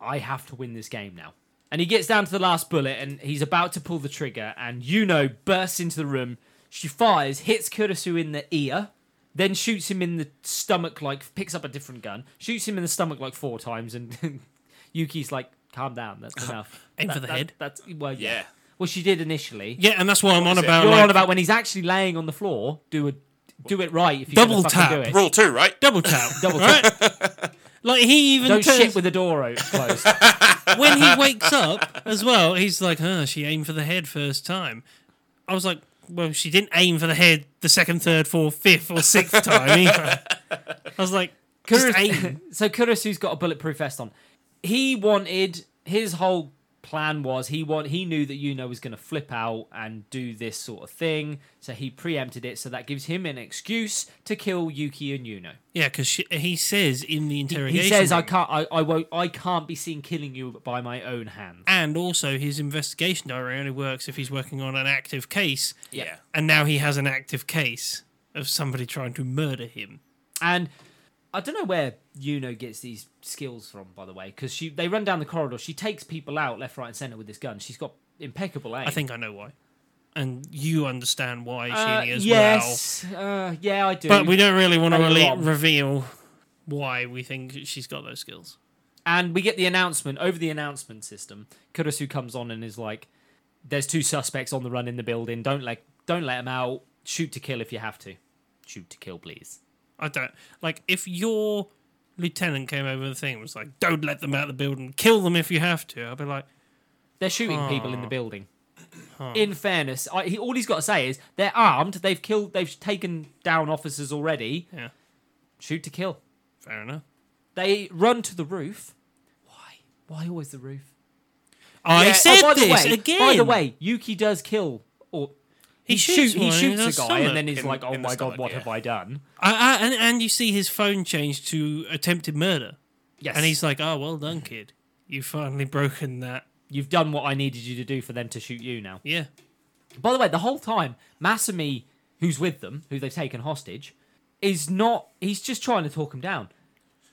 I have to win this game now. And he gets down to the last bullet and he's about to pull the trigger, and Yuno bursts into the room. She fires, hits Kurisu in the ear, then shoots him in the stomach, like, picks up a different gun, shoots him in the stomach like four times, and [LAUGHS] Yuki's like, Calm down, [LAUGHS] that's enough. Aim for That- the that- head. That's, well, yeah. Yeah. Well, she did initially. Yeah, and that's what I'm on was it? about. You're like, on about when he's actually laying on the floor. Do a do it right. If you Double tap. Do it. Rule two, right? double tap. [LAUGHS] Double right? Like he even Don't turns, shit with the door [LAUGHS] o- closed. when he wakes up as well. He's like, "Huh, she aimed for the head first time." I was like, "Well, she didn't aim for the head the second, third, fourth, fifth, or [LAUGHS] sixth time." Either. I was like, "Just aim." Kurus- [LAUGHS] so Kurasu's got a bulletproof vest on. He wanted his whole plan was he want he knew that Yuno was going to flip out and do this sort of thing, so he preempted it. So that gives him an excuse to kill Yuki and Yuno. Yeah, because he says in the interrogation, He says, "I room, can't, I, I won't, I can't be seen killing you by my own hands." And also, his investigation diary only works if he's working on an active case. Yeah. And now he has an active case of somebody trying to murder him. And I don't know where Yuno gets these skills from, by the way, because she they run down the corridor. She takes people out left, right, and center with this gun. She's got impeccable aim. I think I know why. And you understand why, Uh, Sheenie, as well. yes, uh, yeah, I do. But we don't really want to Later really on. reveal why we think she's got those skills. and we get the announcement over the announcement system. Kurisu comes on and is like, "There's two suspects on the run in the building. Don't let don't let them out. Shoot to kill if you have to. Shoot to kill, please." I don't like if your lieutenant came over the thing and was like, "Don't let them out of the building. Kill them if you have to." I'd be like, They're shooting people in the building. In fairness, I, he, all he's got to say is they're armed. They've killed. They've taken down officers already. "Yeah, Shoot to kill. fair enough." They run to the roof. Why? Why always the roof? I Yeah, said Oh, by the this way, again. By the way, Yuki does kill, or he, shoot, shoots. he one in shoots the a guy, stomach. and then he's In- like, "Oh in the my stomach, god, what yeah. have I done?" I, I, and and you see his phone change to attempted murder, Yes, and he's like, "Oh, well done, kid. You've finally broken that." "You've done what I needed you to do for them to shoot you." Now, Yeah, by the way, the whole time Masami, who's with them, who they've taken hostage, is not. He's just trying to talk him down.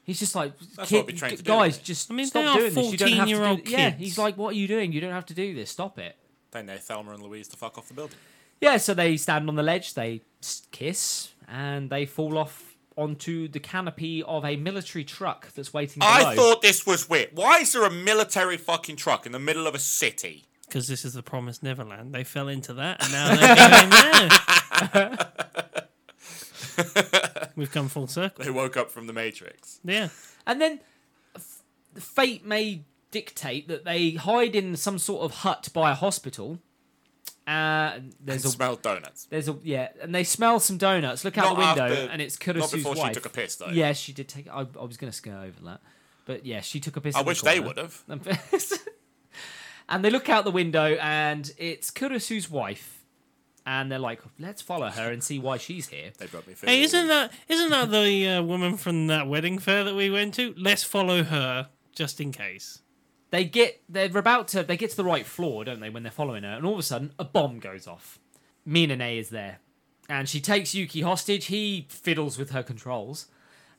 He's just like, That's "Kid- what I'd be trying to do, guys, mate." just I mean, stop they are doing this. You don't have to do 14-year-old th- Yeah, kids. he's like, "What are you doing? You don't have to do this. Stop it." They know Thelma and Louise to fuck off the building. Yeah, so they stand on the ledge, they s- kiss, and they fall off onto the canopy of a military truck that's waiting below. I thought this was weird. Why is there a military fucking truck in the middle of a city? because this is the promised Neverland. They fell into that, and now they're [LAUGHS] going there. We've come full circle. They woke up from the Matrix. Yeah, And then f- fate may dictate that they hide in some sort of hut by a hospital. Uh, And there's a smelled donuts. there's a yeah, and they smell some donuts. Look out Not the window, after- and it's Not Kurasu's before wife. she took a piss though. Yeah, she did take. I, I was going to skirt over that, But yeah, she took a piss. I in the wish they corner. would have. [LAUGHS] and they look out the window, and it's Kurasu's wife. And they're like, let's follow her and see why she's here. They brought me food. Hey, isn't that isn't that the uh, woman from that wedding fair that we went to? Let's follow her just in case. They get they're about to they get to the right floor, don't they, when they're following her, and all of a sudden a bomb goes off. Minane is there. And she takes Yuki hostage, he fiddles with her controls,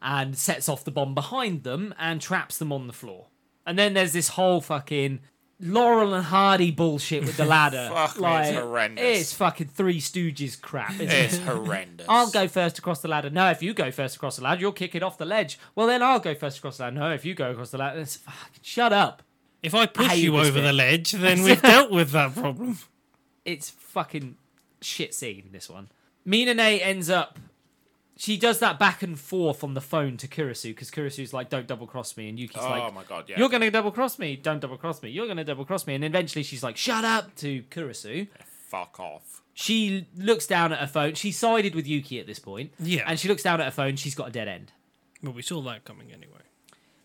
and sets off the bomb behind them and traps them on the floor. And then there's this whole fucking Laurel and Hardy bullshit [LAUGHS] with the ladder. Fuck me, it's horrendous. It's fucking Three Stooges crap, isn't it? It's horrendous. I'll go first across the ladder. No, if you go first across the ladder, you'll kick it off the ledge. Well, then I'll go first across the ladder. No, if you go across the ladder, it's fucking shut up. If I push hate you this over bit. the [LAUGHS] ledge, then we've dealt with that problem. It's fucking shit scene. This one. Minane ends up. She does that back and forth on the phone to Kurisu because Kurisu's like, "Don't double cross me," and Yuki's Oh like, my god, yeah. "You're gonna double cross me. Don't double cross me. You're gonna double cross me." And eventually, she's like, "Shut up!" to Kurisu. fuck off. She looks down at her phone. She sided with Yuki at this point. Yeah. And she looks down at her phone. She's got a dead end. But we saw that coming anyway.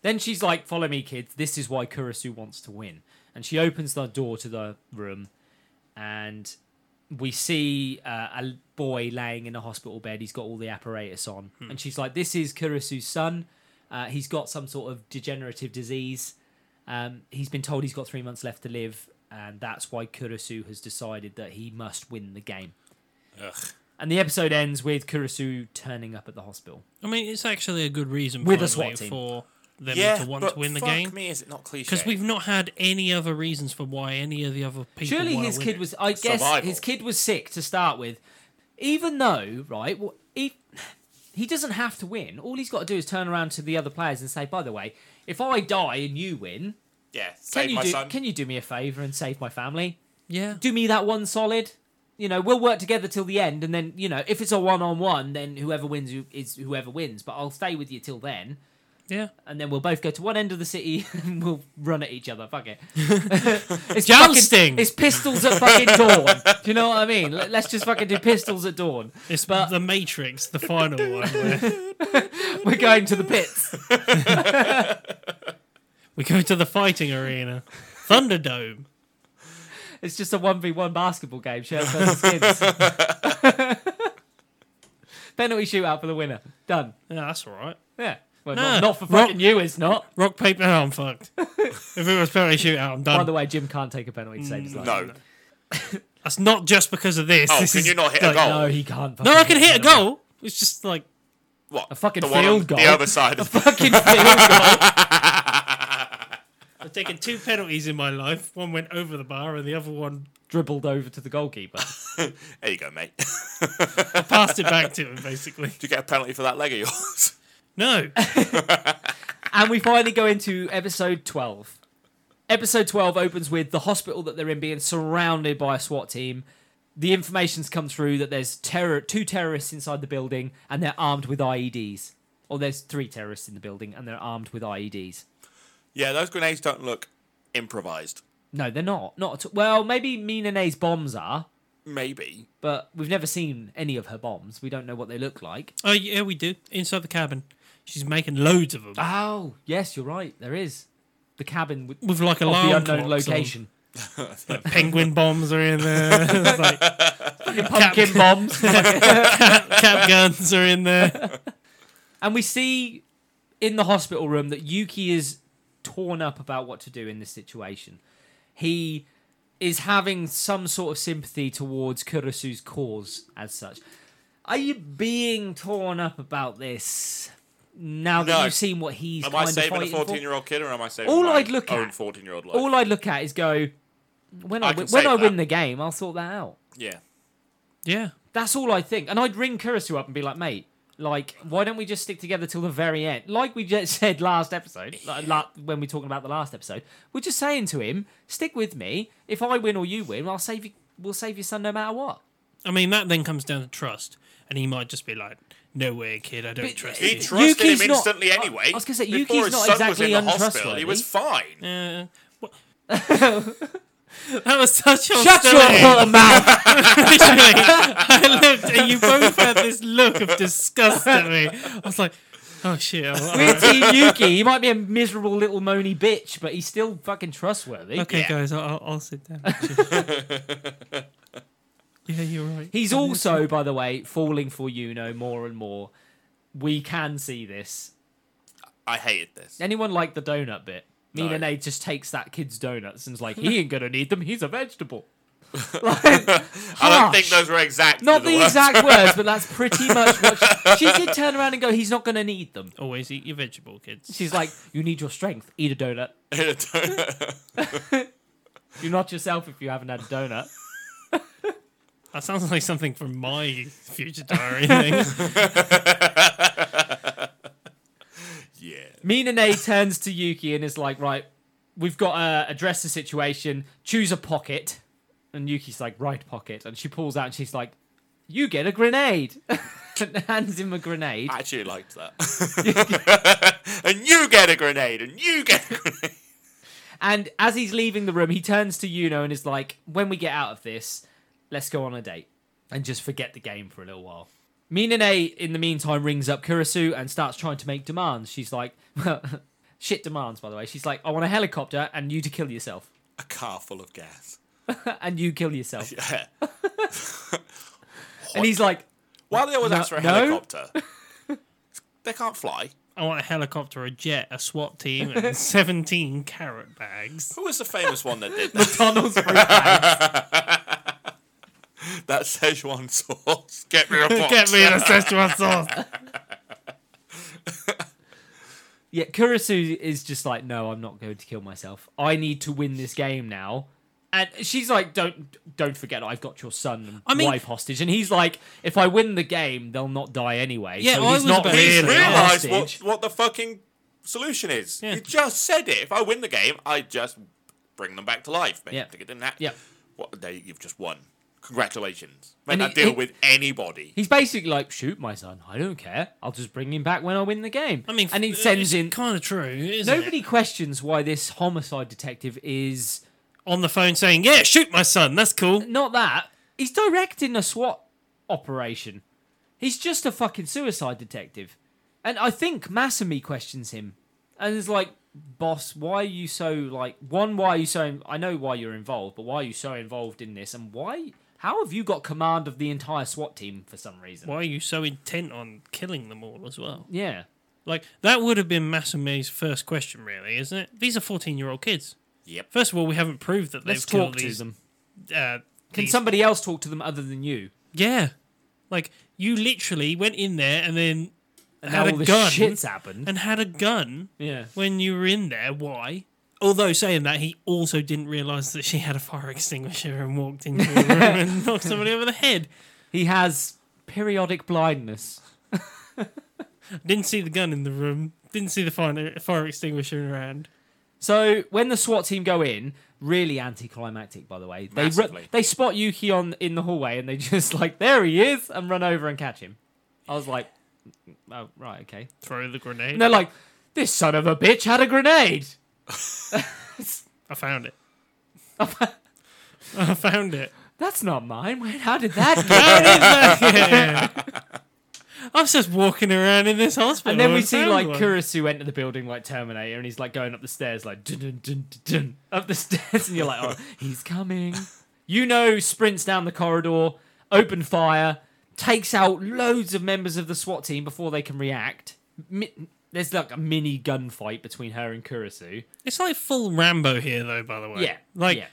Then she's like, "Follow me, kids. This is why Kurisu wants to win." And she opens the door to the room, and we see uh, a boy laying in a hospital bed. He's got all the apparatus on, and she's like, "This is Kurisu's son. Uh, he's got some sort of degenerative disease. Um, he's been told he's got three months left to live, and that's why Kurisu has decided that he must win the game." Ugh. And the episode ends with Kurisu turning up at the hospital. I mean, it's actually a good reason With a finally, SWAT team. for them Yeah, to want but to win the fuck game me, is it not cliche? because we've not had any other reasons for why any of the other people. Surely wanna his win kid it. was. I guess Survival. his kid was sick to start with. Even though, right? Well, he he doesn't have to win. All he's got to do is turn around to the other players and say, "By the way, if I die and you win, yeah, can save you my do son. can you do me a favor and save my family? Yeah. Do me that one solid." You know, we'll work together till the end, and then you know, if it's a one-on-one, then whoever wins who- is whoever wins. But I'll stay with you till then, yeah. and then we'll both go to one end of the city [LAUGHS] and we'll run at each other. [LAUGHS] Fuck it. it's Jousting. Fucking, it's pistols at fucking dawn. Do you know what I mean? Let- Let's just fucking do pistols at dawn. It's but- the Matrix, the final one. Where We're going to the pits. we go to the fighting arena, Thunderdome. It's just a one v one basketball game. Shirts versus skins. [LAUGHS] Penalty shootout for the winner. Done. Yeah, that's all right. Yeah. Well, No, not, not for rock- fucking you, it's not. Rock paper. Oh, I'm fucked. if it was penalty shootout, I'm By done. the way, Jim can't take a penalty to save his life. no. that's not just because of this. Oh, this can is you not hit a like- goal? No, he can't. No, fucking I can hit a penalty. goal. It's just like What? A fucking the one on field goal. The other [LAUGHS] side. of- Fucking field goal. I've taken two penalties in my life. One went over the bar, and the other one Dribbled over to the goalkeeper. there you go, mate. [LAUGHS] Did passed it back to him, basically. you get a penalty for that leg of yours? No, and we finally go into episode 12. Episode 12 opens with the hospital that they're in being surrounded by a SWAT team. The information's come through that there's terror two terrorists inside the building and they're armed with IEDs. Or there's three terrorists in the building and they're armed with E IEDs. Yeah, those grenades don't look improvised. No, they're not. Not at all. well, maybe Minane's bombs are, Maybe. but we've never seen any of her bombs. We don't know what they look like. Oh yeah, we do. Inside the cabin, she's making loads of them Oh, yes, you're right. There is the cabin with with like a of alarm the unknown clocks on. location. Penguin bombs are [LAUGHS] in there. It's like, Pumpkin bombs. cap guns are in there. And we see in the hospital room that Yuki is torn up about what to do in this situation. He is having some sort of sympathy towards Kurasu's cause as such. Are you being torn up about this now that No. you've seen what he's Am I kind of saving a fighting for? 14 year old kid or am I saving All my I'd look own at- 14 year old life? All I'd look at is go when I, I wi- can when save I win that. the game, I'll sort that out. yeah. Yeah, That's all I think. And I'd ring Kurisu up and be like, mate, like, why don't we just stick together till the very end? Like we just [LAUGHS] said last episode, like, la- when we were talking about the last episode, we're just saying to him, stick with me. If I win or you win, I'll save you. We'll save your son no matter what. I mean that then comes down to trust, and he might just be like, "No way, kid, I don't But- trust He you." tr- trusted Yuki's him not- instantly I- anyway. I was gonna say, Before Yuki's his not son exactly was in the hospital, untrustworthy. he was fine. Uh, what- [LAUGHS] that was such a Shut [LAUGHS] your whore [LAUGHS] mouth! I looked, and you both had this look of disgust at me. I was like, Oh shit! all We're right. Team Yuki. He might be a miserable little moany bitch, but he's still fucking trustworthy. Okay, Yeah. guys, I'll, I'll sit down. [LAUGHS] yeah, you're right. He's I'm also, by the way, falling for Yuno more and more. We can see this. I hated this. Anyone like the donut bit? No. Mina Nade just takes that kid's donuts and's [LAUGHS] like, he ain't gonna need them. He's a vegetable. Like, [LAUGHS] I don't think harsh. those were exact. Not the the words. exact [LAUGHS] words, but that's pretty much what she, she did. Turn around and go, "He's not gonna need them." Always eat your vegetable, kids. She's like, "You need your strength. Eat a donut. You're not yourself if you haven't had a donut." That sounds like something from my future diary thing. [LAUGHS] yeah. Mina Nay turns to Yuki and is like, "Right, we've got to address the situation. Choose a pocket." And Yuki's like, "Right pocket," and she pulls out and she's like, "You get a grenade." [LAUGHS] and hands him a grenade. I actually [LAUGHS] liked that. and you get a grenade, and you get a grenade. And as he's leaving the room, he turns to Yuno and is like, "When we get out of this, let's go on a date and just forget the game for a little while." Minane, in the meantime, rings up Kurisu and starts trying to make demands. She's like, [LAUGHS] "Shit demands, by the way." She's like, "I want a helicopter and you to kill yourself, [LAUGHS] A car full of gas. and you kill yourself." Yeah. And he's like, Why do they always No- ask for a no? [LAUGHS] helicopter? they can't fly. I want a helicopter, a jet, a SWAT [LAUGHS] team, and 17 carrot bags. Who was the famous one that did [LAUGHS] that? "Donald's fruit bag." that Szechuan sauce. Get me a box. Get me a Szechuan sauce. Yeah, Kurisu is just like, "No, I'm not going to kill myself. I need to win this game now." And she's like, "Don't, don't forget, I've got your son and I mean- wife hostage." And he's like, "If I win the game, they'll not die anyway." Yeah, so I he's was not about to really He's say that. realised what, hostage. what the fucking solution is. Yeah. You just said it. If I win the game, I just bring them back to life. Make Yeah. them think it didn't happen. Yeah. What, there, you've just won. Congratulations. Make And that he- deal he- with anybody. He's basically like, "Shoot my son. I don't care. I'll just bring him back when I win the game." I mean, uh, and he sends in. Kind of true. Isn't it? Nobody questions why this homicide detective is on the phone saying, "Yeah, shoot my son. That's cool." not that. He's directing a SWAT operation. He's just a fucking suicide detective. And I think Masami questions him and is like, boss, why are you so, like, one, why are you so, I know why you're involved, but why are you so involved in this? And why, how have you got command of the entire SWAT team for some reason? Why are you so intent on killing them all as well? Yeah. Like that would have been Masame's first question, really, isn't it? These are fourteen-year-old kids. Yep. First of all, we haven't proved that Let's they've killed talk to these. them. Uh, Can these- somebody else talk to them other than you? Yeah, like you literally went in there and then And Had now a all this gun. shit's happened. and had a gun yeah. when you were in there. Why? Although saying that, he also didn't realise that she had a fire extinguisher and walked into the room and knocked somebody over the head. He has periodic blindness. Didn't see the gun in the room. Didn't see the fire, fire extinguisher around. So when the SWAT team go in, really anticlimactic, by the way. They ru- Massively. they spot Yuki on in the hallway and they [LAUGHS] just like there he is and run over and catch him. I was like, oh right, okay. Throw the grenade. And they're like, this son of a bitch had a grenade. I found it. [LAUGHS] I found it. [LAUGHS] That's not mine. Where, how did that How go? did that get in? I was just walking around in this hospital. And then we and see found like one. Kurisu enter the building like Terminator, and he's like going up the stairs like dun dun dun dun, dun up the [LAUGHS] stairs, and you're [LAUGHS] like, oh, he's coming. You know, sprints down the corridor, open fire, takes out loads of members of the SWAT team before they can react. Mi- there's like a mini gunfight between her and Kurisu. It's like full Rambo here, though. By the way, Yeah, Like yeah.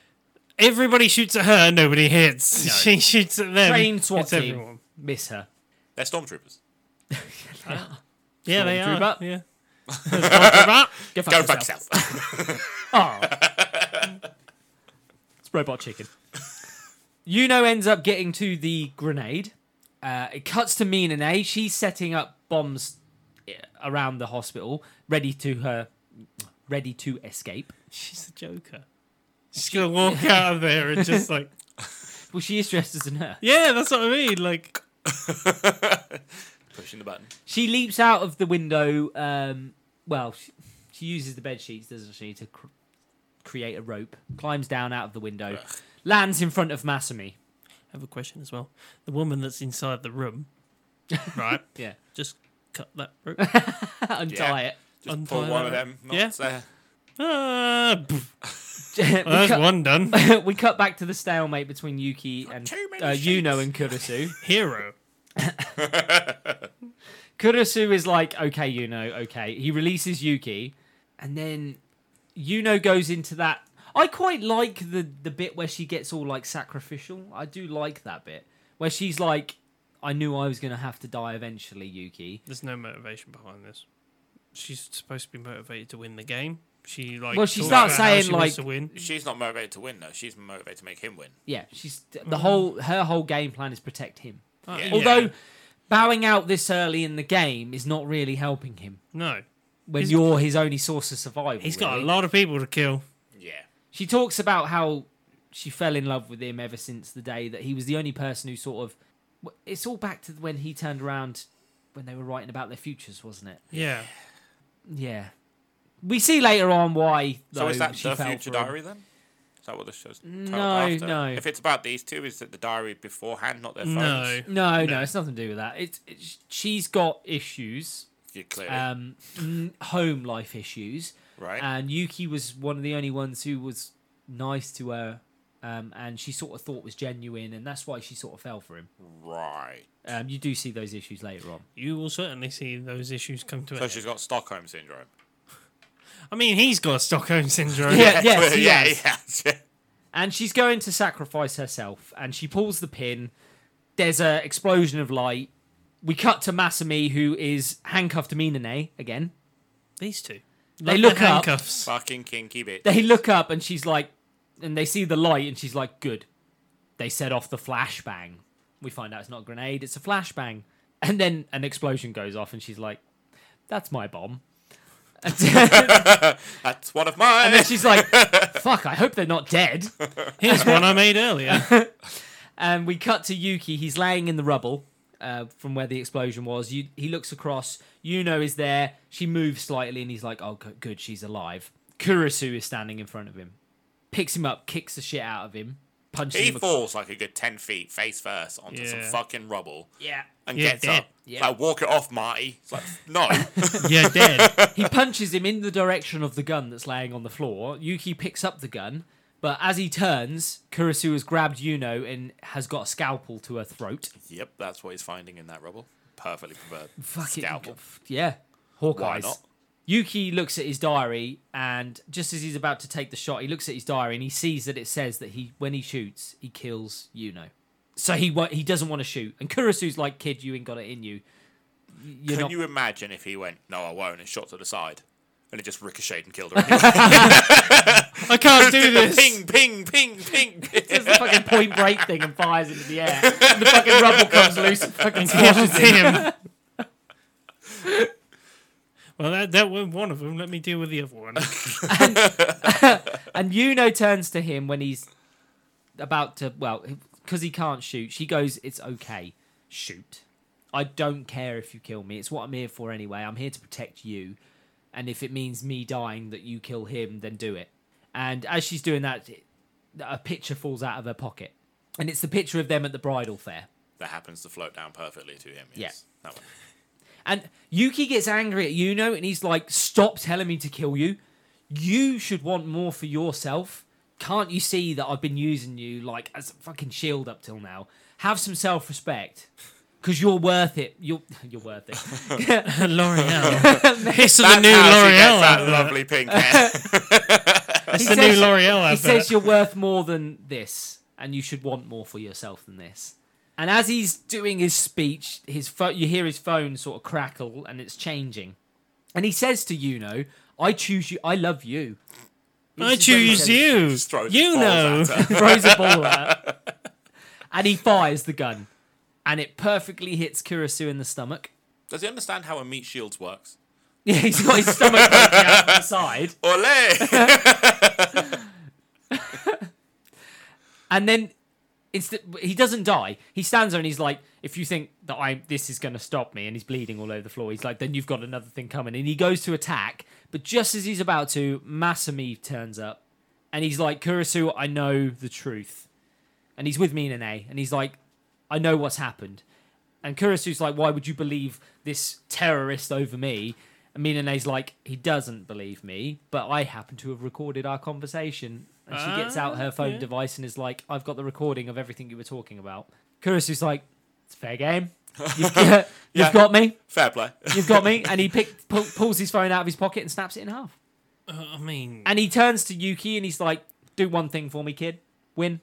everybody shoots at her, nobody hits. No. [LAUGHS] She shoots at them. trained SWAT hits team Everyone. miss her. They're stormtroopers. Yeah, they are. Stormtrooper. Yeah. [LAUGHS] Stormtrooper. Go fuck, Go yourself. fuck yourself. Oh. it's robot chicken. Yuno ends up getting to the grenade. Uh, it cuts to Mina Nay. She's setting up bombs eh, around the hospital, ready to her, ready to escape. She's the Joker. She's gonna walk out of there and just like, [LAUGHS] Well, she is dressed as a nurse. yeah, that's what I mean. Like, Pushing the button. She leaps out of the window. Um, well, she, she uses the bed sheets, doesn't she, to cr- create a rope. Climbs down out of the window, lands in front of Masami. [LAUGHS] I have a question as well. The woman that's inside the room, right? [LAUGHS] Yeah. Just cut that rope. [LAUGHS] Untie Yeah. it. Just Untie pull one of that. them. Not uh, Yeah. there. Ah, [LAUGHS] pff, we, well, that's cut, one done. [LAUGHS] we cut back to the stalemate between Yuki and too many uh, Yuno sheets. and Kurisu. Hero. Kurisu is like, okay, Yuno, okay. He releases Yuki, and then Yuno goes into that. I quite like the the bit where she gets all like sacrificial. I do like that bit where she's like, I knew I was gonna have to die eventually, Yuki. There's no motivation behind this. She's supposed to be motivated to win the game. She like. Well, she talks starts about how saying, she wants like- to win. She's not motivated to win though. She's motivated to make him win. Yeah, she's Mm-hmm. the whole her whole game plan is protect him. Oh, Yeah. Although bowing out this early in the game is not really helping him no, when He's- you're his only source of survival. he's got really. a lot of people to kill. Yeah. She talks about how she fell in love with him ever since the day that he was the only person who sort of. w- It's all back to when he turned around when they were writing about their futures, wasn't it? Yeah, Yeah. We see later on why. So is though, that she the fell future for him. diary then? Is that what this show's titled No, after? no. If it's about these two, is it the diary beforehand, not their phones? no. No, no, it's nothing to do with that. It's, it's she's got issues, You clearly um, n- home life issues, right. and Yuki was one of the only ones who was nice to her, um, and she sort of thought was genuine, and that's why she sort of fell for him. right. Um, you do see those issues later on. You will certainly see those issues come to a So head. she's got Stockholm syndrome. I mean, he's got Stockholm syndrome. Yeah, [LAUGHS] yes, he [LAUGHS] yeah, has. yes, yeah. and she's going to sacrifice herself and she pulls the pin there's a explosion of light we cut to masami who is handcuffed to minane again These two. They Love look their up. handcuffs. Fucking kinky [LAUGHS] bitch. they look up and she's like and they see the light and she's like good they set off the flashbang we find out it's not a grenade it's a flashbang and then an explosion goes off and she's like that's my bomb [LAUGHS] and then That's one of mine. she's like fuck i hope they're not dead Here's one I made [LAUGHS] earlier. And we cut to Yuki. He's laying in the rubble uh, from where the explosion was. You, he looks across. Yuno is there. She moves slightly, and he's like, "Oh, go- good, she's alive." Kurisu is standing in front of him, picks him up, kicks the shit out of him, punches [LAUGHS] He him. ac- falls like a good ten feet face first onto some Yeah. fucking rubble yeah, and Yeah, gets dead. up. Yeah. Like walk it off, Marty. It's like [LAUGHS] no. [LAUGHS] yeah, dead. he punches him in the direction of the gun that's laying on the floor. Yuki picks up the gun, but as he turns, Kurisu has grabbed Yuno and has got a scalpel to her throat. yep, that's what he's finding in that rubble. Perfectly prepared. Fuck it. Scalpel. Yeah, Why Hawkeye's. not? Yuki looks at his diary, and just as he's about to take the shot, he looks at his diary and he sees that it says that he, when he shoots, he kills Yuno. So he wa- he doesn't want to shoot, and Kurasu's like, "Kid, you ain't got it in you. Y- You're Can not." you imagine if he went, no, I won't, and shot to the side, and it just ricocheted and killed her? anyway? I can't do this. ping, ping, ping, ping, ping. [LAUGHS] Does the fucking point break thing and fires into the air. And the fucking rubble comes loose and fucking squashes him. [LAUGHS] Damn. well, that that was one of them. Let me deal with the [LAUGHS] other one. And Yuno turns to him when he's about to, well, because he can't shoot. She goes, It's okay, shoot. I don't care if you kill me. It's what I'm here for anyway. I'm here to protect you. And if it means me dying that you kill him, then do it. And as she's doing that, it- a picture falls out of her pocket. And it's the picture of them at the bridal fair. that happens to float down perfectly to him. Yes. That one. And Yuki gets angry at Yuno and he's like, Stop telling me to kill you. You should want more for yourself. Can't you see that I've been using you like as a fucking shield up till now? Have some self respect. Cause you're worth it. You're [LAUGHS] you're worth it. [LAUGHS] L'Oreal. Hiss of the That's new how she gets L'Oreal. that advert. lovely pink hair. [LAUGHS] That's He the says- new L'Oreal. he advert. says you're worth more than this, and you should want more for yourself than this. And as he's doing his speech, his pho- you hear his phone sort of crackle, and it's changing. And he says to Yuno, "I choose you. I love you." I This is what he choose says. you. Just throws You balls know. at her. throws a ball at her. And he fires the gun. And it perfectly hits Kurisu in the stomach. [LAUGHS] Does he understand how a meat shield works? Yeah, he's got his stomach poking out the side. Ole! And then instead he doesn't die. He stands there and he's like, if you think that I this is gonna stop me and he's bleeding all over the floor, he's like, then you've got another thing coming. And he goes to attack, but just as he's about to, Masami turns up and he's like, Kurisu, I know the truth. And he's with me in an A, and he's like, I know what's happened. And Kurisu's like, why would you believe this terrorist over me? And Minane's like, he doesn't believe me, but I happen to have recorded our conversation. And she gets Ah, out her phone yeah. device and is like, I've got the recording of everything you were talking about. Kurisu's like, it's fair game. You've, you've Yeah. got me. [LAUGHS] Fair play. You've got me. And he pick, pull, pulls his phone out of his pocket and snaps it in half. Uh, I mean, And he turns to Yuki and he's like, do one thing for me, kid. Win.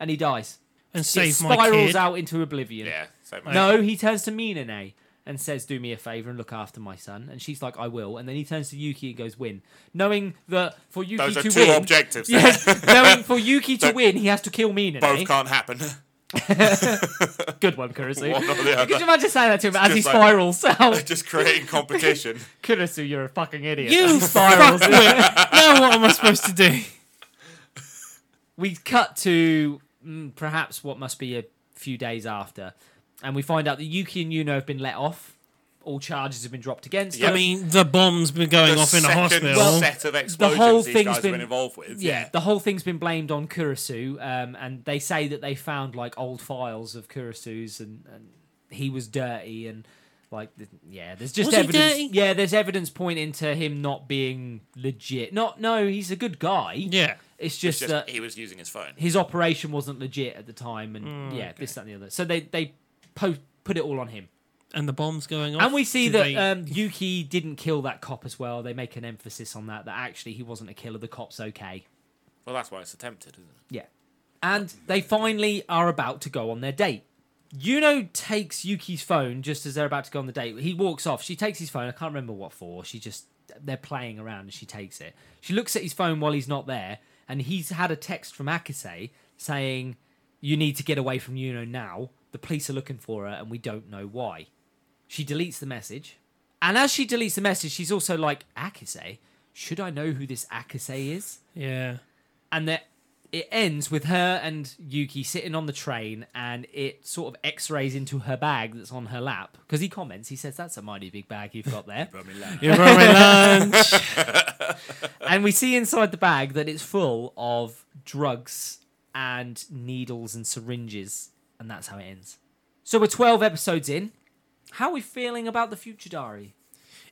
And he dies. and it save my spirals kid. out into oblivion. yeah. Same No, he turns to Minane and says, "Do me a favor and look after my son." And she's like, "I will." And then he turns to Yuki and goes, "Win," knowing that for Yuki Those are to two win, [LAUGHS] objectives. Yeah, knowing for Yuki to Don't- win, he has to kill Minane. Both can't happen. [LAUGHS] Good one, Kurisu. One or the Could you other. imagine saying that to him as he just like- spirals [LAUGHS] out? Just creating competition. Kurisu, you're a fucking idiot. [LAUGHS] You spirals. now what am I supposed [LAUGHS] to do? we cut to mm, perhaps what must be a few days after, and we find out that Yuki and Yuno have been let off. All charges have been dropped against Yeah. them. I mean, the bomb's been going the off in a second hospital. set of explosions whole these thing's guys have been- been involved with. yeah, the whole thing's been blamed on Kurisu, um, and they say that they found like old files of Kurisu's, and, and he was dirty, and like th- yeah, there's just Was he evidence. dirty? Yeah, there's evidence pointing to him not being legit. Not no, he's a good guy. yeah. It's just, It's just that he was using his phone. his operation wasn't legit at the time, and yeah, this that and the other. So they they po- put it all on him. And the bomb's going off. And we see Did that they- um, Yuki didn't kill that cop as well. They make an emphasis on that that actually he wasn't a killer. The cop's okay. Well, that's why it's attempted, isn't it? Yeah. And they finally are about to go on their date. Yuno takes Yuki's phone just as they're about to go on the date. He walks off. She takes his phone. I can't remember what for. She just, they're playing around and she takes it. She looks at his phone while he's not there. And he's had a text from Akase saying, You need to get away from Yuno now. The police are looking for her and we don't know why. She deletes the message. And as she deletes the message, she's also like, Akase? Should I know who this Akase is? [LAUGHS] Yeah. and that it ends with her and Yuki sitting on the train, and it sort of X-rays into her bag that's on her lap. Because he comments, he says, "That's a mighty big bag you've got [LAUGHS] there," You're on my lunch. and we see inside the bag that it's full of drugs and needles and syringes, and that's how it ends. So we're twelve episodes in. How are we feeling about the future diary?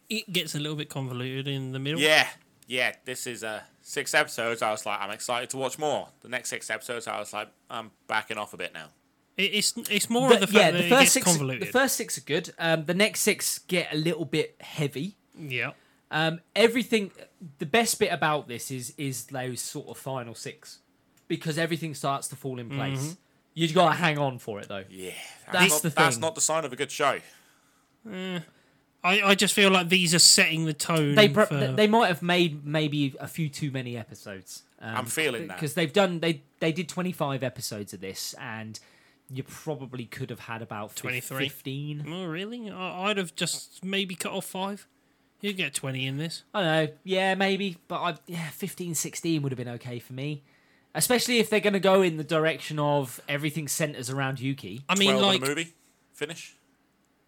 It gets a little bit convoluted in the middle. Yeah, yeah. This is uh, six episodes. I was like, I'm excited to watch more. The next six episodes, I was like, I'm backing off a bit now. It, it's it's more of the The- fact yeah, that the it first gets six, convoluted. the first six are good. Um, the next six get a little bit heavy. yeah. Um, everything. The best bit about this is is those sort of final six, because everything starts to fall in place. You've got to hang on for it though. Yeah, That's not, the That's thing. not the sign of a good show. I, I just feel like these are setting the tone. They pro- for, they might have made maybe a few too many episodes. Um, I'm feeling that. because they've done they they did 25 episodes of this, and you probably could have had about 23. 23. 15. Oh, really? I, I'd have just maybe cut off five. You get 20 in this. I don't know. Yeah, maybe, but I yeah, 15, 16 would have been okay for me. Especially if they're going to go in the direction of everything centers around Yuki. I mean, Twelve like in a movie, finish.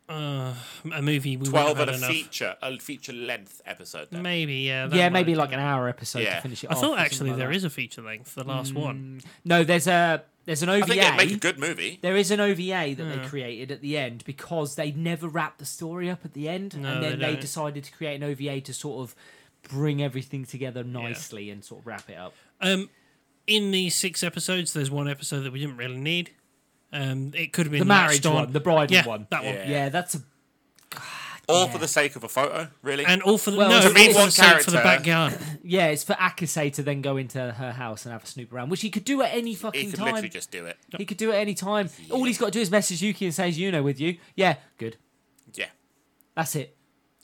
uh, a movie. We Twelve would and a have enough. feature, a feature length episode. Then. Maybe, yeah. that yeah, might maybe do. like an hour episode to Yeah. finish it I off. thought actually there is a feature length, the Mm. last one. No, there's a there's an I think it'd make a OVA. good movie. There is an OVA that they created at the end because they never wrapped the story up at the end, No, and then they they, don't. decided to create an OVA to sort of bring everything together nicely and sort of wrap it up. Um, in these six episodes, there's one episode that we didn't really need. Um, it could have been The marriage latched on. one, the bridal yeah, one. that one. Yeah. Yeah, that's a All yeah. for the sake of a photo, really. And all for the Well, no, it's- all it's for one the sake for the character. backyard. yeah. It's for Akase to then go into her house and have a snoop around, which he could do at any he fucking could time. literally just do it. He could do it at any time. All he's got to do is message Yuki and says, "You know, with you, yeah, good. Yeah. That's it."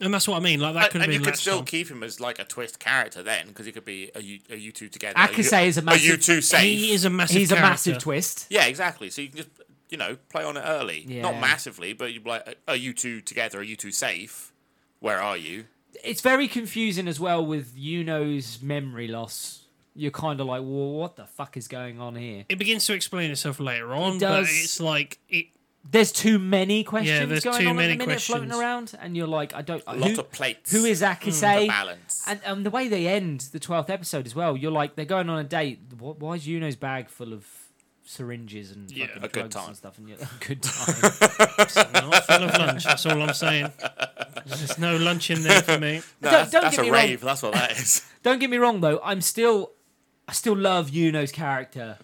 And that's what I mean. Like that could and have you been could latched still on. keep him as like a twist character then, because he could be a, U- a U two together. Akase U- is a massive- U two safe. He is a massive. He's a massive character. twist. Yeah, exactly. So you can just you know play on it early, not Yeah. massively, but you like, are you two together? Are you two safe? Where are you? it's very confusing as well with Yuno's memory loss. You're kind of like, well, what the fuck is going on here? It begins to explain itself later on, but does. it's like it. There's too many questions there's going too on many at the minute floating questions. around, and you're like, I don't. A lot who, of plates. who is Akase? balance? and, and the way they end the twelfth episode as well, you're like, they're going on a date. Wh- Why is Yuno's bag full of syringes and Yeah. fucking A good drugs time. and stuff. And you [LAUGHS] good time. Not full of lunch. That's all I'm saying. There's no lunch in there for me. No, Don't- that's, don't that's get a me wrong. rave. That's what that is. [LAUGHS] Don't get me wrong though. I'm still, I still love Yuno's character.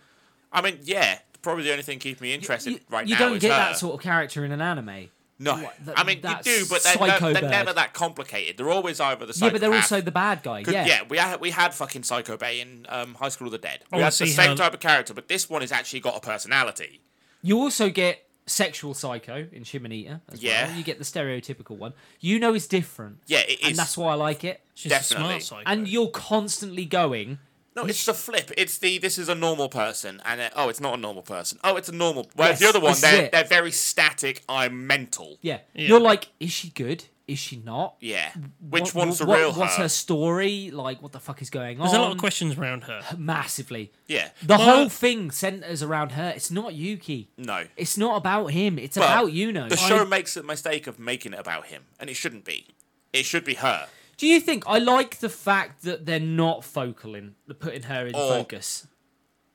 I mean, yeah, probably the only thing keeping me interested you, right you now don't is get her. that sort of character in an anime. No, What, that- I mean you that do, but they're, no, psycho they're bird. never that complicated. They're always either the Yeah, but they're psychopath- also the bad guy. Could- yeah. yeah. we had we had fucking Psycho Bay in um, High School of the Dead. We Oh, I had the see same how- type of character, but this one has actually got a personality. You also get sexual psycho in Shimonita as Yeah. well. You get the stereotypical one. Yuno is different. Yeah, it and is. that's why I like it. She's Definitely. a smart psycho. And you're constantly going. No, it's the flip. It's the this is a normal person, and then, oh, it's not a normal person. Oh, it's a normal. Whereas the Yes, other one, this is they're it. they're very static. I'm mental. Yeah. Yeah. You're like, is she good? Is she not? Yeah. Which What- one's the what- real What's her? her story? Like, what the fuck is going on? There's a lot of questions around her. Massively. Yeah. The Well- whole thing centers around her. It's not Yuki. No. It's not about him. It's Well, about Yuno. The I- show makes the mistake of making it about him, and it shouldn't be. It should be her. Do you think I like the fact that they're not focal in putting her in Or- focus?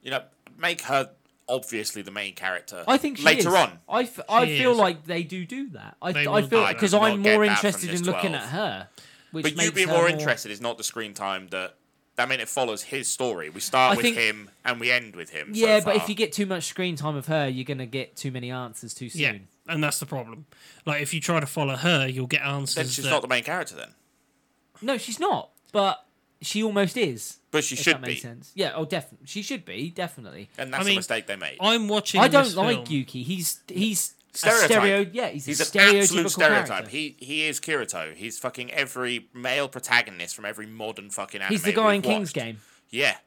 You know, make her obviously the main character. I think she later is. on. I, f- I She feel is. like they do do that. I, They I will feel do that. because I did I'm not get more that from interested in this looking 12. at her. Which But you makes being her more interested is not the screen time that. I mean, it follows his story. We start I with think- him and we end with him. so Yeah, but far. if you get too much screen time of her, you're gonna get too many answers too soon. Yeah, and that's the problem. Like, if you try to follow her, you'll get answers. then she's that- not the main character then. No, she's not, but she almost is. But she If should that be, makes sense. Yeah. Oh, definitely. She should be definitely. and that's I mean, the mistake they made. I'm watching. I don't this like film. Yuki. He's he's Stereotype. a stereo. Yeah, he's, He's a an stereotypical absolute stereotype. character. He he is Kirito. He's fucking every male protagonist from every modern fucking anime. he's the guy in we've King's watched. Game. Yeah,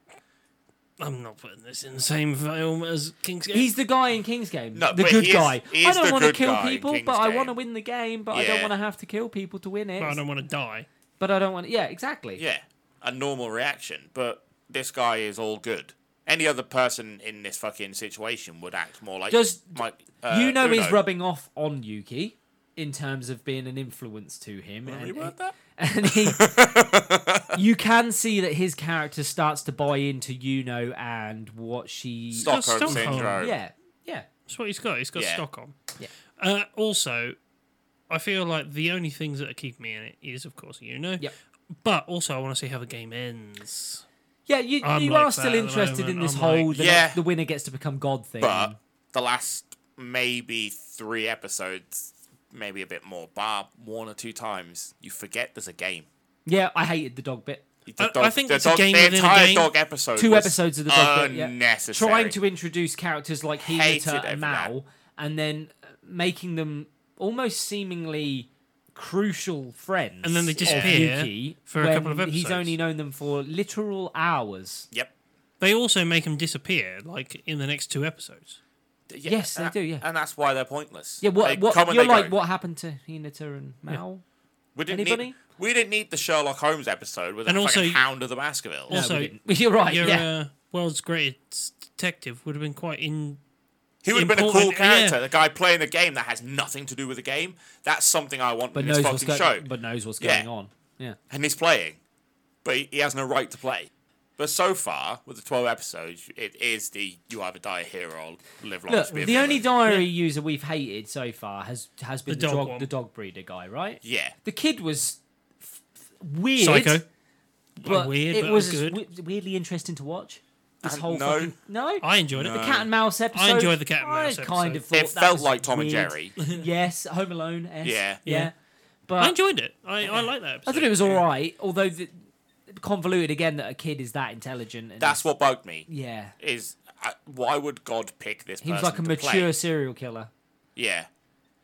I'm not putting this in the same film as King's Gate. He's the guy in King's Game. No, the but good he is- guy. he I is don't the want to good kill guy in people, King's but I want to Game. win the game, but I Yeah. don't want to have to kill people to win it. I don't want to die. But I don't want. Yeah, exactly. yeah, a normal reaction. But this guy is all good. Any other person in this fucking situation would act more like Does- my, you know he's Uno. rubbing off on Yuki in terms of being an influence to him. and- Reword that? [LAUGHS] and he, [LAUGHS] you can see that his character starts to buy into Yuno and what she. Stockholm, Stockholm. syndrome. Yeah, yeah. That's what he's got. He's got Yeah. Stockholm. Yeah. Uh, also, I feel like the only things that are keeping me in it is, of course, you know. Yep. But also, I want to see how the game ends. Yeah, you, I'm you like are that still at the interested in moment. this I'm whole like- the, Yeah. the winner gets to become god thing. but the last maybe three episodes, maybe a bit more, bar one or two times, you forget there's a game. yeah, I hated the dog bit. The I- I think the it's a game the within a entire game. dog episode. Two was episodes of the dog bit. Yeah. unnecessary. Trying to introduce characters like Hated Hinata over and Mao and then uh, making them almost seemingly crucial friends And then they of disappear Yuki for a when couple of he's episodes. only known them for literal hours Yep. They also make him disappear, like in the next two episodes. Yeah, Yes, they and- do, yeah. and that's why they're pointless. Yeah, what? They what come and you're they go. like, what happened to Hinata and Mal? We didn't anybody? Need, we didn't need the Sherlock Holmes episode with And a fucking also- hound of the Baskervilles. Also- So- [LAUGHS] you're right. Your yeah, uh, world's greatest detective would have been quite in. he would have been a cool important, yeah. character. The guy playing a game that has nothing to do with the game. That's something I want but in this knows what's fucking going. show. But knows what's Yeah. going on. Yeah, and he's playing, but he, he has no right to play. But so far, with the 12 episodes, it is the you either die a hero or live long look, to be a the only villain. diary user we've hated so far has has been The the, dog dog, one. the dog breeder guy, right? Yeah. The kid was f- f- weird, Psycho. but Weird, it but was good. we- weirdly interesting to watch. This And whole no. fucking no, I enjoyed it. the cat and mouse episode. enjoyed the Cat and Mouse I kind episode. of thought It that felt was like Tom and weird. [LAUGHS] Jerry. yes, Home Alone. Yeah. yeah, but I enjoyed it. I, I like that. Episode. I thought it was all right, although the, convoluted again that a kid is that intelligent. And That's what bugged me. yeah. Is uh, why would God pick this? He was person like a to mature play? serial killer. Yeah,